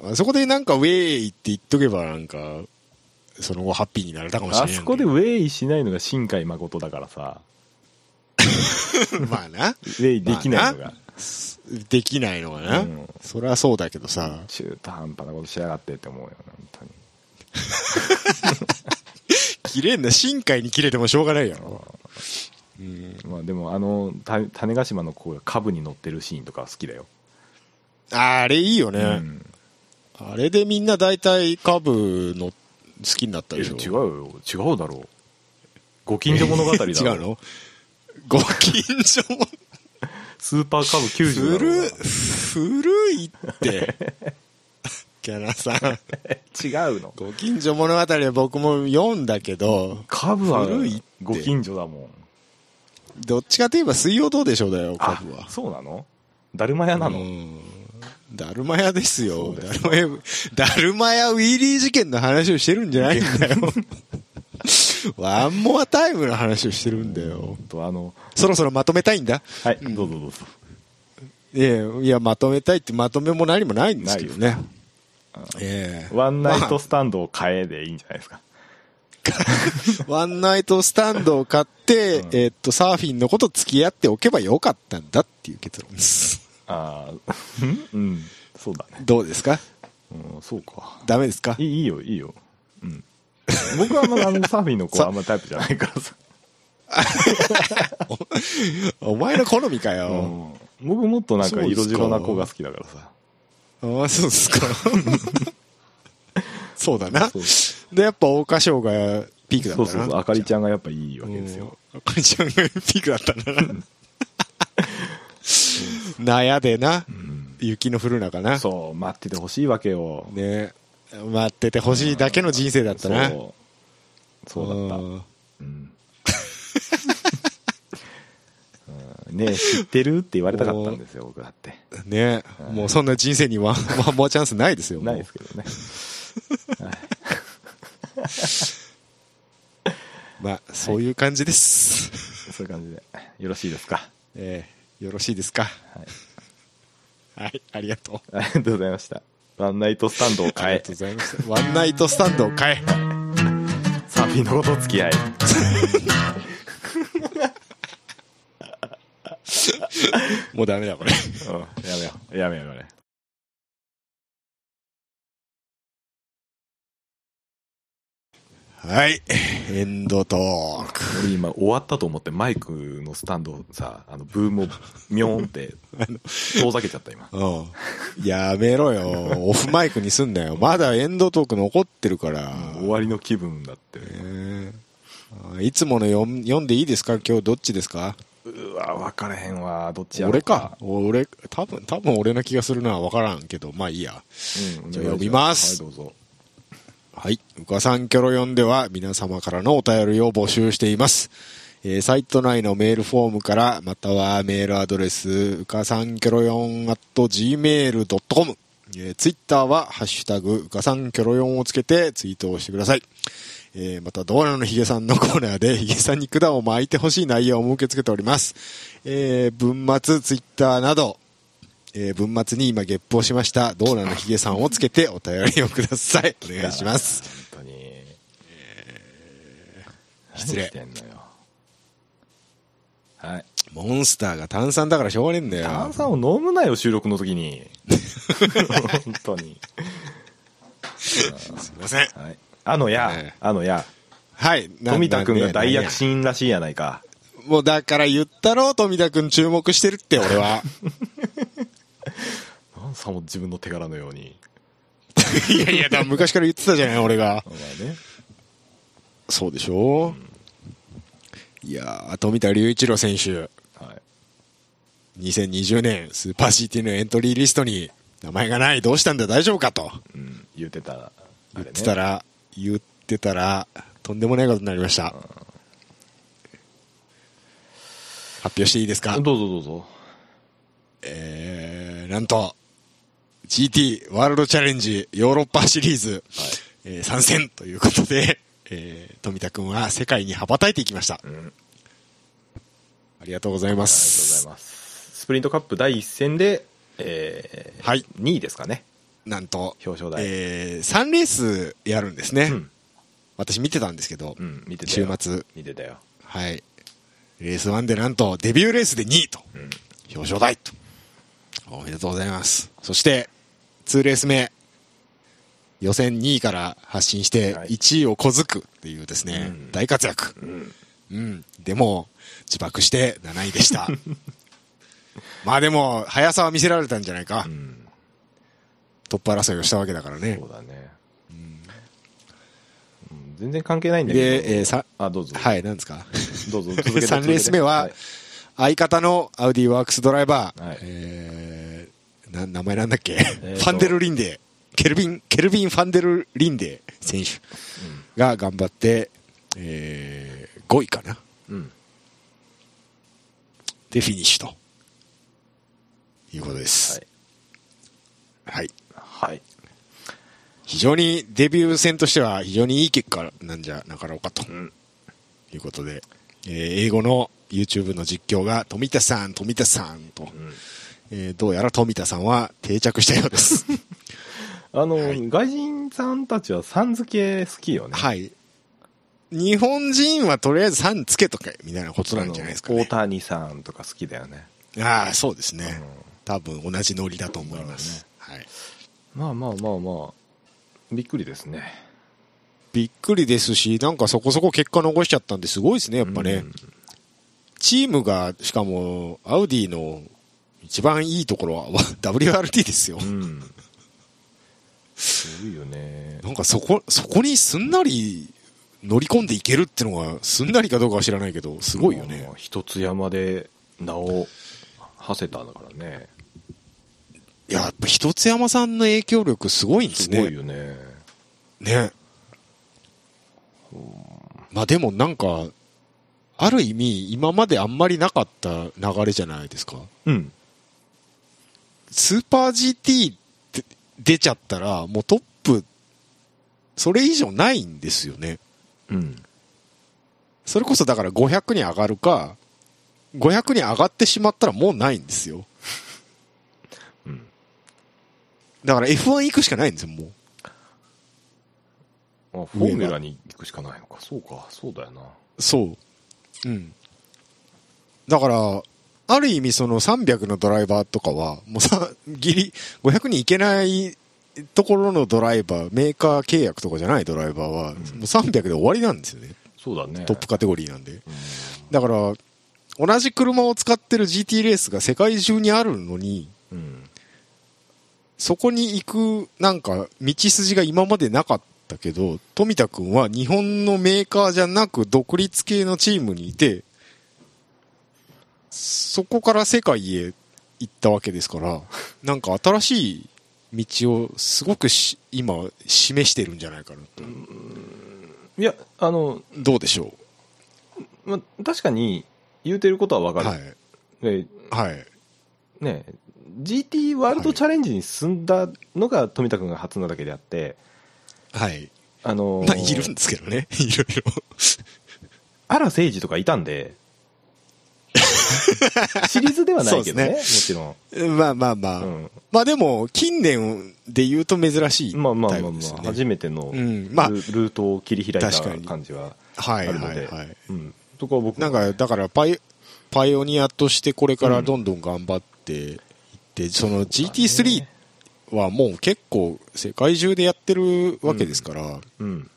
Speaker 2: あそこでなんか、ウェイって言っとけば、なんか、その後ハッピーになれたかもしれな
Speaker 1: あ
Speaker 2: い。
Speaker 1: そこでウェイしないのが新海誠だからさ
Speaker 2: まあな。
Speaker 1: ウェイできないのが、
Speaker 2: まあできないのはな。
Speaker 1: うん
Speaker 2: そりゃそうだけどさ。
Speaker 1: 中途半端なことしやがってって思うよ本当に
Speaker 2: 綺麗な、深海に切れてもしょうがないやろ。うん。
Speaker 1: まあでもあのた種子島の子が株に乗ってるシーンとかは好きだよ、
Speaker 2: あれいいよね。
Speaker 1: うん、
Speaker 2: あれでみんな大体カブの好きになった
Speaker 1: いや
Speaker 2: でしょ
Speaker 1: 違うよ違うだろうご近所物語だろ
Speaker 2: *laughs* 違うのご近所も
Speaker 1: スーパーカブ90だろ
Speaker 2: 古い、古いって。 *laughs* キャラさん。
Speaker 1: 違うの
Speaker 2: ご近所物語は僕も読んだけど、
Speaker 1: カブは
Speaker 2: 古いって
Speaker 1: ご近所だもん
Speaker 2: どっちかといえば水曜どうでしょうだよ、カ
Speaker 1: あ
Speaker 2: ブは。
Speaker 1: そうなのだるま屋なの、
Speaker 2: うんだるま屋です
Speaker 1: そ
Speaker 2: よ。
Speaker 1: うで
Speaker 2: だるま屋、だるま屋ウィリー事件の話をしてるんじゃないん
Speaker 1: *laughs*
Speaker 2: だよ。ワンモアタイムの話をしてるんだよ。
Speaker 1: とあの
Speaker 2: そろそろまとめたいんだ。
Speaker 1: はいどうぞどうぞ
Speaker 2: いやいや、まとめたいってまとめも何もないんですけどね。ええ
Speaker 1: ワンナイトスタンドを買えでいいんじゃないですか、
Speaker 2: *laughs* ワンナイトスタンドを買って、
Speaker 1: うん
Speaker 2: えっと、サーフィンのこと付き合っておけばよかったんだっていう結論です。
Speaker 1: ああー *laughs* うんそうだね
Speaker 2: どうですか
Speaker 1: うんそうか
Speaker 2: ダメですか
Speaker 1: いいいいよいいようん僕はあのあのサーフィンの子
Speaker 2: *laughs* さ
Speaker 1: はあんまタイプじゃないからさ、
Speaker 2: お前の好みか
Speaker 1: う
Speaker 2: よ。
Speaker 1: ん、僕もっとなん
Speaker 2: そ
Speaker 1: か
Speaker 2: うです
Speaker 1: 色
Speaker 2: か
Speaker 1: 白な子が好きだからさ
Speaker 2: ああ、そうです *laughs* か。そうだな
Speaker 1: そう。
Speaker 2: で、やっぱ、桜花賞がピークだっ
Speaker 1: そ
Speaker 2: た
Speaker 1: う
Speaker 2: な。
Speaker 1: そうそうあかりちゃんがやっぱいいわけですよ
Speaker 2: うん。あかりちゃんがピークだったな。なやでな。雪の降る中な。
Speaker 1: そう待っててほしいわけよ
Speaker 2: ね待っててほしいだけの人生だったな。
Speaker 1: そうそうだった
Speaker 2: うん
Speaker 1: うん、うんねえ知ってるって言われたかったんですよ僕だって
Speaker 2: ねもうそんな人生に *laughs* ワン、ワンモアチャンスないですよ。もう
Speaker 1: ないですけどね。
Speaker 2: まあ、そういう感じです。
Speaker 1: そういう感じで。よろしいですか。
Speaker 2: えーよろしいですか。
Speaker 1: はい。
Speaker 2: はい、ありがとう。
Speaker 1: ありがとうございました。ワンナイトスタンドを
Speaker 2: あ *laughs*
Speaker 1: 変
Speaker 2: り
Speaker 1: え
Speaker 2: がとう、ございました。ワンナイトスタンドを変え。
Speaker 1: サーフィンのこと付き合い。
Speaker 2: もうダメだ、これ。
Speaker 1: うん、やめよう。やめよう、やめよう。
Speaker 2: はい。エンドトーク。
Speaker 1: 俺今終わったと思ってマイクのスタンドをさ、あのブームをミョーン
Speaker 2: *laughs*
Speaker 1: って遠ざけちゃった今。
Speaker 2: うん。やめろよ。オフマイクにすんなよ。まだエンドトーク残ってるから。
Speaker 1: 終わりの気分だって。
Speaker 2: えーいつもの読ん読んでいいですか今日どっちですか
Speaker 1: うわ、分からへんわ。どっちやろ
Speaker 2: 俺か。。俺、多分、多分俺の気がするのは分からんけど、まあいいや。
Speaker 1: うん、
Speaker 2: じゃあ呼びます
Speaker 1: はい、どうぞ。
Speaker 2: はい。うかさんきょろよんでは皆様からのお便りを募集しています。えーサイト内のメールフォームから、またはメールアドレス、うかさんきょろよん at gmail.com。えー、ツイッターは、ハッシュタグ、うかさんきょろよんをつけてツイートをしてください。えーまた、ドアナのヒゲさんのコーナーで、ヒゲさんに管を巻いてほしい内容も受け付けております。えー文末、ツイッターなど、えー文末に今ゲップをしましたドーナのヒゲさんをつけてお便りをくださいお願いします
Speaker 1: 本当に。
Speaker 2: 失礼
Speaker 1: 何してんのよ。はい。
Speaker 2: モンスターが炭酸だからしょうがねえんだよ
Speaker 1: 炭酸を飲むなよ、収録の時
Speaker 2: *laughs*
Speaker 1: に。本当に。
Speaker 2: すいません
Speaker 1: はい。あのや、
Speaker 2: ね
Speaker 1: あのや、
Speaker 2: はいな
Speaker 1: 富田くん
Speaker 2: な
Speaker 1: が
Speaker 2: ね
Speaker 1: 大躍進らしいやないか。
Speaker 2: なんやもうだから言ったろ富田くん注目してるって俺は
Speaker 1: なんさも自分の手柄のように。
Speaker 2: *laughs* いやいやだから昔から言ってたじゃない俺が
Speaker 1: まあね。
Speaker 2: そうでしょ、いやー富田隆一郎選手
Speaker 1: はい。
Speaker 2: 2020年スーパー CT のエントリーリストに名前がないどうしたんだ大丈夫かと
Speaker 1: うん、言ってた、あれ
Speaker 2: 言っ
Speaker 1: ね
Speaker 2: てたら、言ってたら、とんでもないことになりました。発表していいですか
Speaker 1: どうぞどうぞ。
Speaker 2: えー、なんと、GT ワールドチャレンジヨーロッパシリーズ、えー参戦ということで、えー、富田くんは世界に羽ばたいていきました。
Speaker 1: んありがと
Speaker 2: ありがとうございま
Speaker 1: うござい
Speaker 2: す。
Speaker 1: ます。スプリントカップ第一戦で、えー
Speaker 2: はい
Speaker 1: 2位ですかね。
Speaker 2: なんと、
Speaker 1: 表彰台
Speaker 2: え3レースやるんですね。
Speaker 1: うん
Speaker 2: 私見てたんですけど、
Speaker 1: うん、見てた
Speaker 2: 週
Speaker 1: よ。
Speaker 2: 末、
Speaker 1: 見てたよ。
Speaker 2: はい。レース1でなんとデビューレースで2位と、表彰台と。おめでとうございます。そして、2レース目、予選2位から発進して
Speaker 1: はい
Speaker 2: 1位を小づくっていうですね、
Speaker 1: うん
Speaker 2: 大活躍。
Speaker 1: うん。
Speaker 2: うん。でも、自爆して7位
Speaker 1: *laughs*
Speaker 2: でした。まあでも、速さは見せられたんじゃないか。
Speaker 1: うん。
Speaker 2: トップ争いをしたわけだからね
Speaker 1: そ。うだね。うん全然関係ないんだけど。
Speaker 2: で、えーさ、
Speaker 1: あ、どうぞ。
Speaker 2: はい、なんですか
Speaker 1: どうぞ。続けて
Speaker 2: 3レース目は
Speaker 1: 続けて、
Speaker 2: 相方のアウディワークスドライバー、
Speaker 1: はい
Speaker 2: えーな名前なんだっけ、
Speaker 1: ーと
Speaker 2: ファンデル・リンデーケルビン、ケルビン・ファンデル・リンデー選手が頑張って、え5位かな、
Speaker 1: はいうん。
Speaker 2: でフィニッシュということです。はい、
Speaker 1: はい。はい。
Speaker 2: 非常にデビュー戦としては、非常にいい結果なんじゃなかろうかと
Speaker 1: ん
Speaker 2: いうことで、えー英語の YouTube の実況が、富田さん、富田さんと。
Speaker 1: うん
Speaker 2: えーどうやら富田さんは定着したよ
Speaker 1: *laughs*
Speaker 2: うです。
Speaker 1: あの、
Speaker 2: はい
Speaker 1: 外人さんたちはさん付け好きよね。
Speaker 2: はい。日本人はとりあえず3つけとかみたいなことなんじゃないですか
Speaker 1: あの
Speaker 2: ね
Speaker 1: 大。谷さんとか好きだよね。
Speaker 2: ああ、そうですね
Speaker 1: うん。
Speaker 2: 多分同じノリだと思います。はい。
Speaker 1: まあまあまあまあ、びっくりですね。
Speaker 2: びっくりですし、なんかそこそこ結果残しちゃったんですごいですね、やっぱね。
Speaker 1: うん
Speaker 2: チームが、しかも、アウディの一番いいところは *laughs* WRT ですよ。
Speaker 1: うん。すごいよね。
Speaker 2: なんかそこ、そこにすんなり乗り込んでいけるってのが、すんなりかどうかは知らないけど、すごいよね
Speaker 1: まあま。あ。一つ山で名を馳せたんだからね。
Speaker 2: いや、やっぱ一つ山さんの影響力すごいんです
Speaker 1: す
Speaker 2: ね。
Speaker 1: ごいよね。
Speaker 2: ね。まあでもなんか、ある意味、今まであんまりなかった流れじゃないですか。
Speaker 1: うん。
Speaker 2: スーパー GT って出ちゃったら、もうトップ、それ以上ないんですよね。
Speaker 1: うん。
Speaker 2: それこそだから500に上がるか、500に上がってしまったらもうないんですよ。
Speaker 1: うん
Speaker 2: だから F1 行くしかないんですよ、もう。
Speaker 1: あ、フォーミュラに行くしかないのか。そうか、そうだよな。
Speaker 2: そう。うん。だから、ある意味その300のドライバーとかは、もうさ、 *laughs* ギリ、500に行けないところのドライバー、メーカー契約とかじゃないドライバーは、もう300で終わりなんですよね。
Speaker 1: そうだね。
Speaker 2: トップカテゴリーなんで。
Speaker 1: うん。
Speaker 2: だから、同じ車を使ってる GT レースが世界中にあるのに、
Speaker 1: うん。
Speaker 2: そこに行く、なんか、道筋が今までなかったけど、富田くんは日本のメーカーじゃなく、独立系のチームにいて、そこから世界へ行ったわけですから、なんか新しい道をすごくし今、示してるんじゃないかなと。
Speaker 1: いや、あの、
Speaker 2: どうでしょ
Speaker 1: ま、確かに、言うてることはわ
Speaker 2: う
Speaker 1: かる。
Speaker 2: はい。
Speaker 1: で
Speaker 2: はい。
Speaker 1: ね、GT ワールドチャレンジに進んだのが富田君が初なだけであって、
Speaker 2: はい。
Speaker 1: あのー
Speaker 2: まあ、いるんですけどね。 *laughs* いろいろ。
Speaker 1: 荒誠二とかいたん
Speaker 2: *laughs*
Speaker 1: で、シリーズではないけどね、
Speaker 2: そう
Speaker 1: もちろん。
Speaker 2: まあまあまあ。
Speaker 1: うん
Speaker 2: まあでも、近年で言うと珍しいタイ
Speaker 1: まあまあまあ、
Speaker 2: プ
Speaker 1: ま
Speaker 2: ですよ
Speaker 1: あ、
Speaker 2: ね。
Speaker 1: 初めての
Speaker 2: う
Speaker 1: ル,、
Speaker 2: んまあ
Speaker 1: ルートを切り開い
Speaker 2: 確か
Speaker 1: た
Speaker 2: に
Speaker 1: 感じはあ
Speaker 2: はい
Speaker 1: る
Speaker 2: は
Speaker 1: ので、
Speaker 2: いはい。
Speaker 1: うん、そこは僕
Speaker 2: なんか、だからパイ、パイオニアとしてこれからどんどん頑張っていって、その GT3 はもう結構世界中でやってるわけですから、
Speaker 1: うん、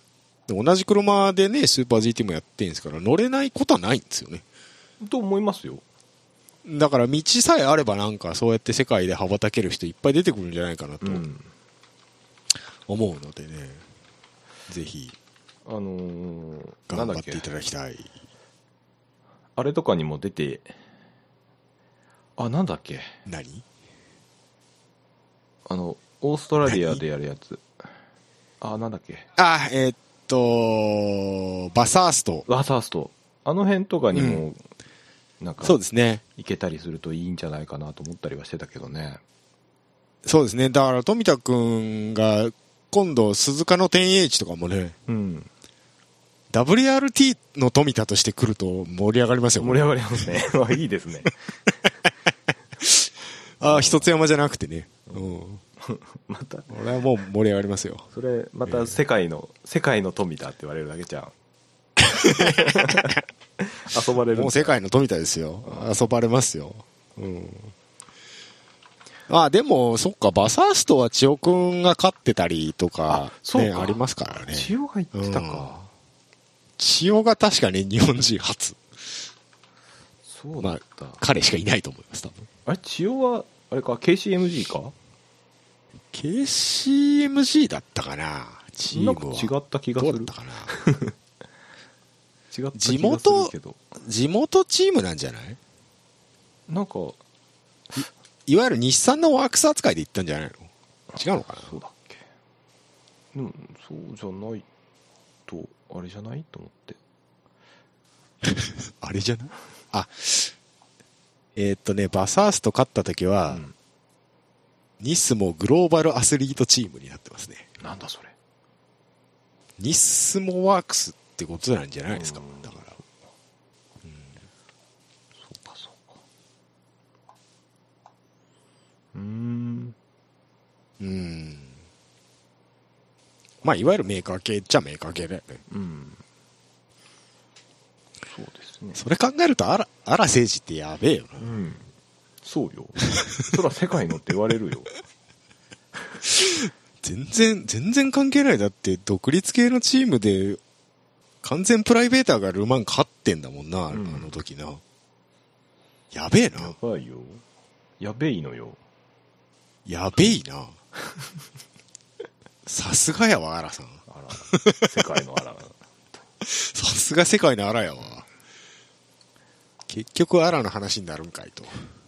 Speaker 2: で同じ車でね、スーパー GT もやってるんですから、乗れないことはないんですよね。
Speaker 1: と思いますよ。
Speaker 2: だから道さえあればなんかそうやって世界で羽ばたける人いっぱい出てくるんじゃないかなと
Speaker 1: うん
Speaker 2: 思うのでね、ぜひ
Speaker 1: あのーなん
Speaker 2: 頑
Speaker 1: だっ
Speaker 2: 張っ
Speaker 1: け
Speaker 2: ていただきたい。
Speaker 1: あれとかにも出て、あ、なんだっけ、
Speaker 2: 何
Speaker 1: あの、オーストラリアでやるやつ。あ、なんだっけ、
Speaker 2: あ、えーっと、バサースト。
Speaker 1: ワーサースト。あの辺とかにも、なんか、
Speaker 2: そうですね。
Speaker 1: 行けたりするといいんじゃないかなと思ったりはしてたけどね。
Speaker 2: そうですね。だから、富田くんが、今度、鈴鹿の 10H とかもね、
Speaker 1: うん。
Speaker 2: WRT の富田として来ると盛り上がりますよ。
Speaker 1: 盛り上がりますね。 *laughs* まあいいですね。
Speaker 2: ああ、一つ山じゃなくてね。うん。
Speaker 1: また、
Speaker 2: 俺はもう盛り上がりますよ。
Speaker 1: それ、また世界の、世界の富だって言われるだけじゃ *laughs* ん。遊ばれる
Speaker 2: もう世界の富田ですよ。遊ばれますよ。うん。ああ、でも、そっか、バサーストは千代くんが勝ってたりとか、ね、ありますからね。
Speaker 1: 千代が言ってたか。
Speaker 2: 千代が確かね、日本人初。
Speaker 1: そうだった。
Speaker 2: 彼しかいないと思います、多分。
Speaker 1: あれ、千代は、あれか、KCMG か
Speaker 2: KCMG だったかなチー
Speaker 1: なん
Speaker 2: ム
Speaker 1: か
Speaker 2: は
Speaker 1: 違った気がす
Speaker 2: どう
Speaker 1: る。
Speaker 2: だ
Speaker 1: 違
Speaker 2: っ
Speaker 1: ったた
Speaker 2: かな
Speaker 1: *laughs* 気がす
Speaker 2: 地
Speaker 1: る
Speaker 2: 元
Speaker 1: けど。
Speaker 2: 地元チームなんじゃない
Speaker 1: なんか、
Speaker 2: いわゆる日産のワークス扱いで行ったんじゃないの違うのかな
Speaker 1: そうだっけでもそうじゃないとあれじゃないと思って
Speaker 2: あれじゃないあえーっとねバサースと勝った時は、
Speaker 1: うん
Speaker 2: ニスモグローバルアスリートチームになってますね
Speaker 1: なんだそれ
Speaker 2: ニスモワークスってことなんじゃないですか
Speaker 1: うん
Speaker 2: だから
Speaker 1: そうかそうかうーん
Speaker 2: うんまあいわゆるメーカー系っちゃメーカー系だよね
Speaker 1: うんそうですね
Speaker 2: それ考えるとあらあら政治ってやべえよな
Speaker 1: うんそうよそら世界のって言われ *laughs* るよ
Speaker 2: 全然、全然関係ない。だって、独立系のチームで、完全プライベーターがルマン勝ってんだもんな、
Speaker 1: うん
Speaker 2: あの時な。やべえな
Speaker 1: や。ばいよやべいのよ
Speaker 2: やべえ
Speaker 1: *laughs*
Speaker 2: な。さすがやわ、アラさん。
Speaker 1: あら *laughs* 世界のあら
Speaker 2: さすが世界のアラやわ。結局、アラの話になるんかいと。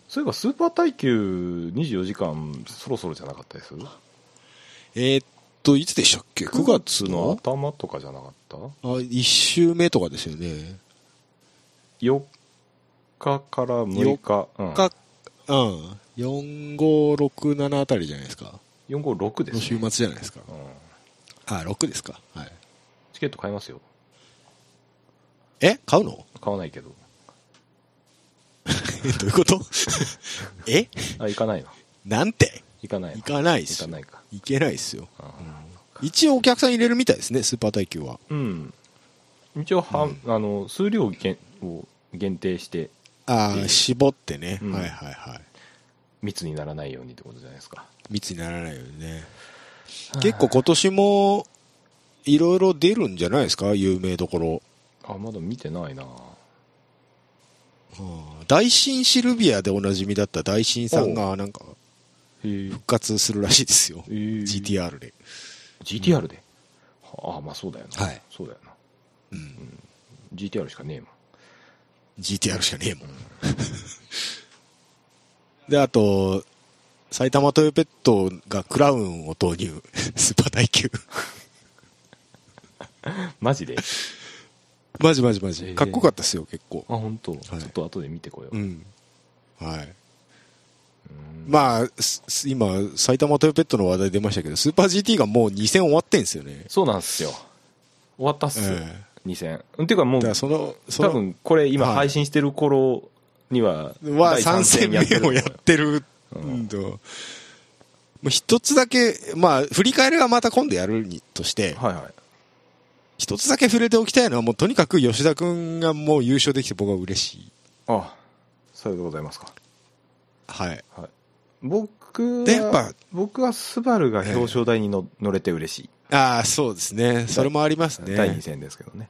Speaker 1: そういえばスーパー耐久24時間そろそろじゃなかったです
Speaker 2: えーっと、いつでしたっけ ?9 月
Speaker 1: の
Speaker 2: の
Speaker 1: 頭とかじゃなかった
Speaker 2: あ、1週目とかですよね。
Speaker 1: 4日から6日、うん
Speaker 2: か、うん。 4、5、6、7あたりじゃないですか。
Speaker 1: 456で
Speaker 2: の
Speaker 1: す、
Speaker 2: 週
Speaker 1: ね
Speaker 2: 末じゃないですか。
Speaker 1: うん、
Speaker 2: あ、6ですか。はい。
Speaker 1: チケット買いますよ
Speaker 2: え買うの *laughs*
Speaker 1: 買わないけど
Speaker 2: えどういうこと *laughs* え
Speaker 1: あ行かないの
Speaker 2: なんて
Speaker 1: 行かないの
Speaker 2: 行かないっ
Speaker 1: 行
Speaker 2: す
Speaker 1: か
Speaker 2: よ。
Speaker 1: ないか
Speaker 2: 行けないっすよ。
Speaker 1: あ
Speaker 2: 一応お客さん入れるみたいですね、スーパー耐久は。
Speaker 1: うん一応は、あの数量限を限定して
Speaker 2: あ
Speaker 1: い
Speaker 2: あ、
Speaker 1: い
Speaker 2: 絞ってね、
Speaker 1: うん
Speaker 2: はいはいはい。
Speaker 1: 密にならないようにってことじゃないですか
Speaker 2: 密にならないようにね。結構今年も、いろいろ出るんじゃないですか有名どころ。
Speaker 1: あまだ見てないな
Speaker 2: うん大新シルビアでおなじみだった大新さんが、なんか、
Speaker 1: へえ
Speaker 2: 復活するらしいですよ。
Speaker 1: え
Speaker 2: GTR で。
Speaker 1: GTR で、ああまあそうだよな、
Speaker 2: はい
Speaker 1: そうだよな
Speaker 2: うん
Speaker 1: GTR しかねえもん
Speaker 2: GTR しかねえもん。 *laughs* で、あと、埼玉トヨペットがクラウンを投入。 *laughs* スーパー耐久。 *laughs*
Speaker 1: マジであ
Speaker 2: マジマジマ
Speaker 1: え
Speaker 2: ジ。
Speaker 1: ー
Speaker 2: かっこよかったっすよ、結構。
Speaker 1: 本当、
Speaker 2: い
Speaker 1: ちょっと後で見てこよう、
Speaker 2: うん。はい。
Speaker 1: うん
Speaker 2: まあ、すす今、埼玉トヨペットの話題出ましたけど、スーパー GT がもう2戦終わってんすよね。
Speaker 1: そうなんすよ終わったっす、
Speaker 2: え
Speaker 1: 2戦っていうかも
Speaker 2: え
Speaker 1: う
Speaker 2: だからその、そ
Speaker 1: 多
Speaker 2: の、
Speaker 1: 分これ今
Speaker 2: はい
Speaker 1: 配信してる頃には
Speaker 2: は
Speaker 1: 第
Speaker 2: 3
Speaker 1: 三
Speaker 2: 戦目をや
Speaker 1: る
Speaker 2: ってる
Speaker 1: うん
Speaker 2: と。もう一つだけ、まあ、振り返りはまた今度やるにとして、
Speaker 1: はいはい
Speaker 2: 一つだけ触れておきたいのは、もうとにかく吉田君がもう優勝できて僕は嬉しい。
Speaker 1: ああさようでございますか
Speaker 2: はい。
Speaker 1: 僕は
Speaker 2: でやっぱ
Speaker 1: 僕はスバルが表彰台にの乗れて嬉しい、
Speaker 2: ああ、そうですね。それもあります
Speaker 1: 第2
Speaker 2: ね。
Speaker 1: 戦ですけどね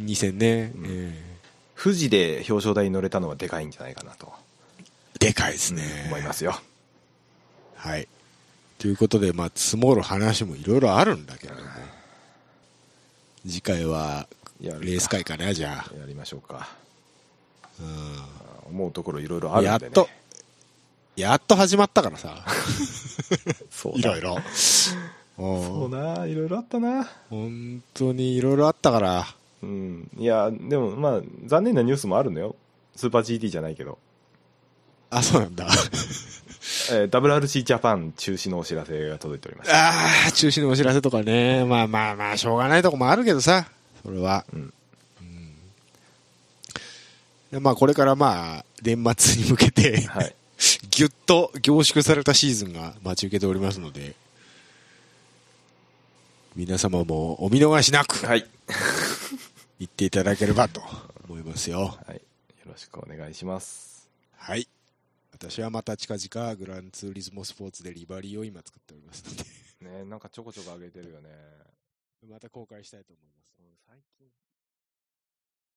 Speaker 2: 2戦ね。
Speaker 1: うん
Speaker 2: え
Speaker 1: 富士で表彰台に乗れたのはでかいんじゃないかなと、
Speaker 2: えでかいですね。
Speaker 1: 思いますよ
Speaker 2: はい。ということで、まあ、積もる話もいろいろあるんだけれども、次回は、レ
Speaker 1: やるか
Speaker 2: ース会かな、じゃあ。
Speaker 1: やりましょうか
Speaker 2: うん
Speaker 1: 思うところいろいろあるんで、ね、
Speaker 2: やっと、やっと始まったからさ、
Speaker 1: そう
Speaker 2: い
Speaker 1: だ
Speaker 2: ろいろ。
Speaker 1: そう
Speaker 2: うん
Speaker 1: ないろいろあったな
Speaker 2: 本当にいろいろあったから、
Speaker 1: うんいやでもまあ残念なニュースもあるのよスーパー GT じゃないけど、
Speaker 2: あ、そうなんだ。
Speaker 1: えー WRC ジャパン中止のお知らせが届いておりました
Speaker 2: ああ、中止のお知らせとかね、まあまあまあ、しょうがないとこもあるけどさ、それは。
Speaker 1: うん
Speaker 2: うんでまあ、これからまあ、年末に向けて、
Speaker 1: はい
Speaker 2: ぎゅっと凝縮されたシーズンが待ち受けておりますので、皆様もお見逃しなく、
Speaker 1: はい、
Speaker 2: 行っていただければと思いますよ。
Speaker 1: はい、よろしくお願いします
Speaker 2: はい。私はまた近々グランツーリズモスポーツでリバリーを今作っておりますので、
Speaker 1: ね
Speaker 2: *laughs*
Speaker 1: なんかちょこちょこ上げてるよね
Speaker 2: また公開したいと思います。
Speaker 1: 最近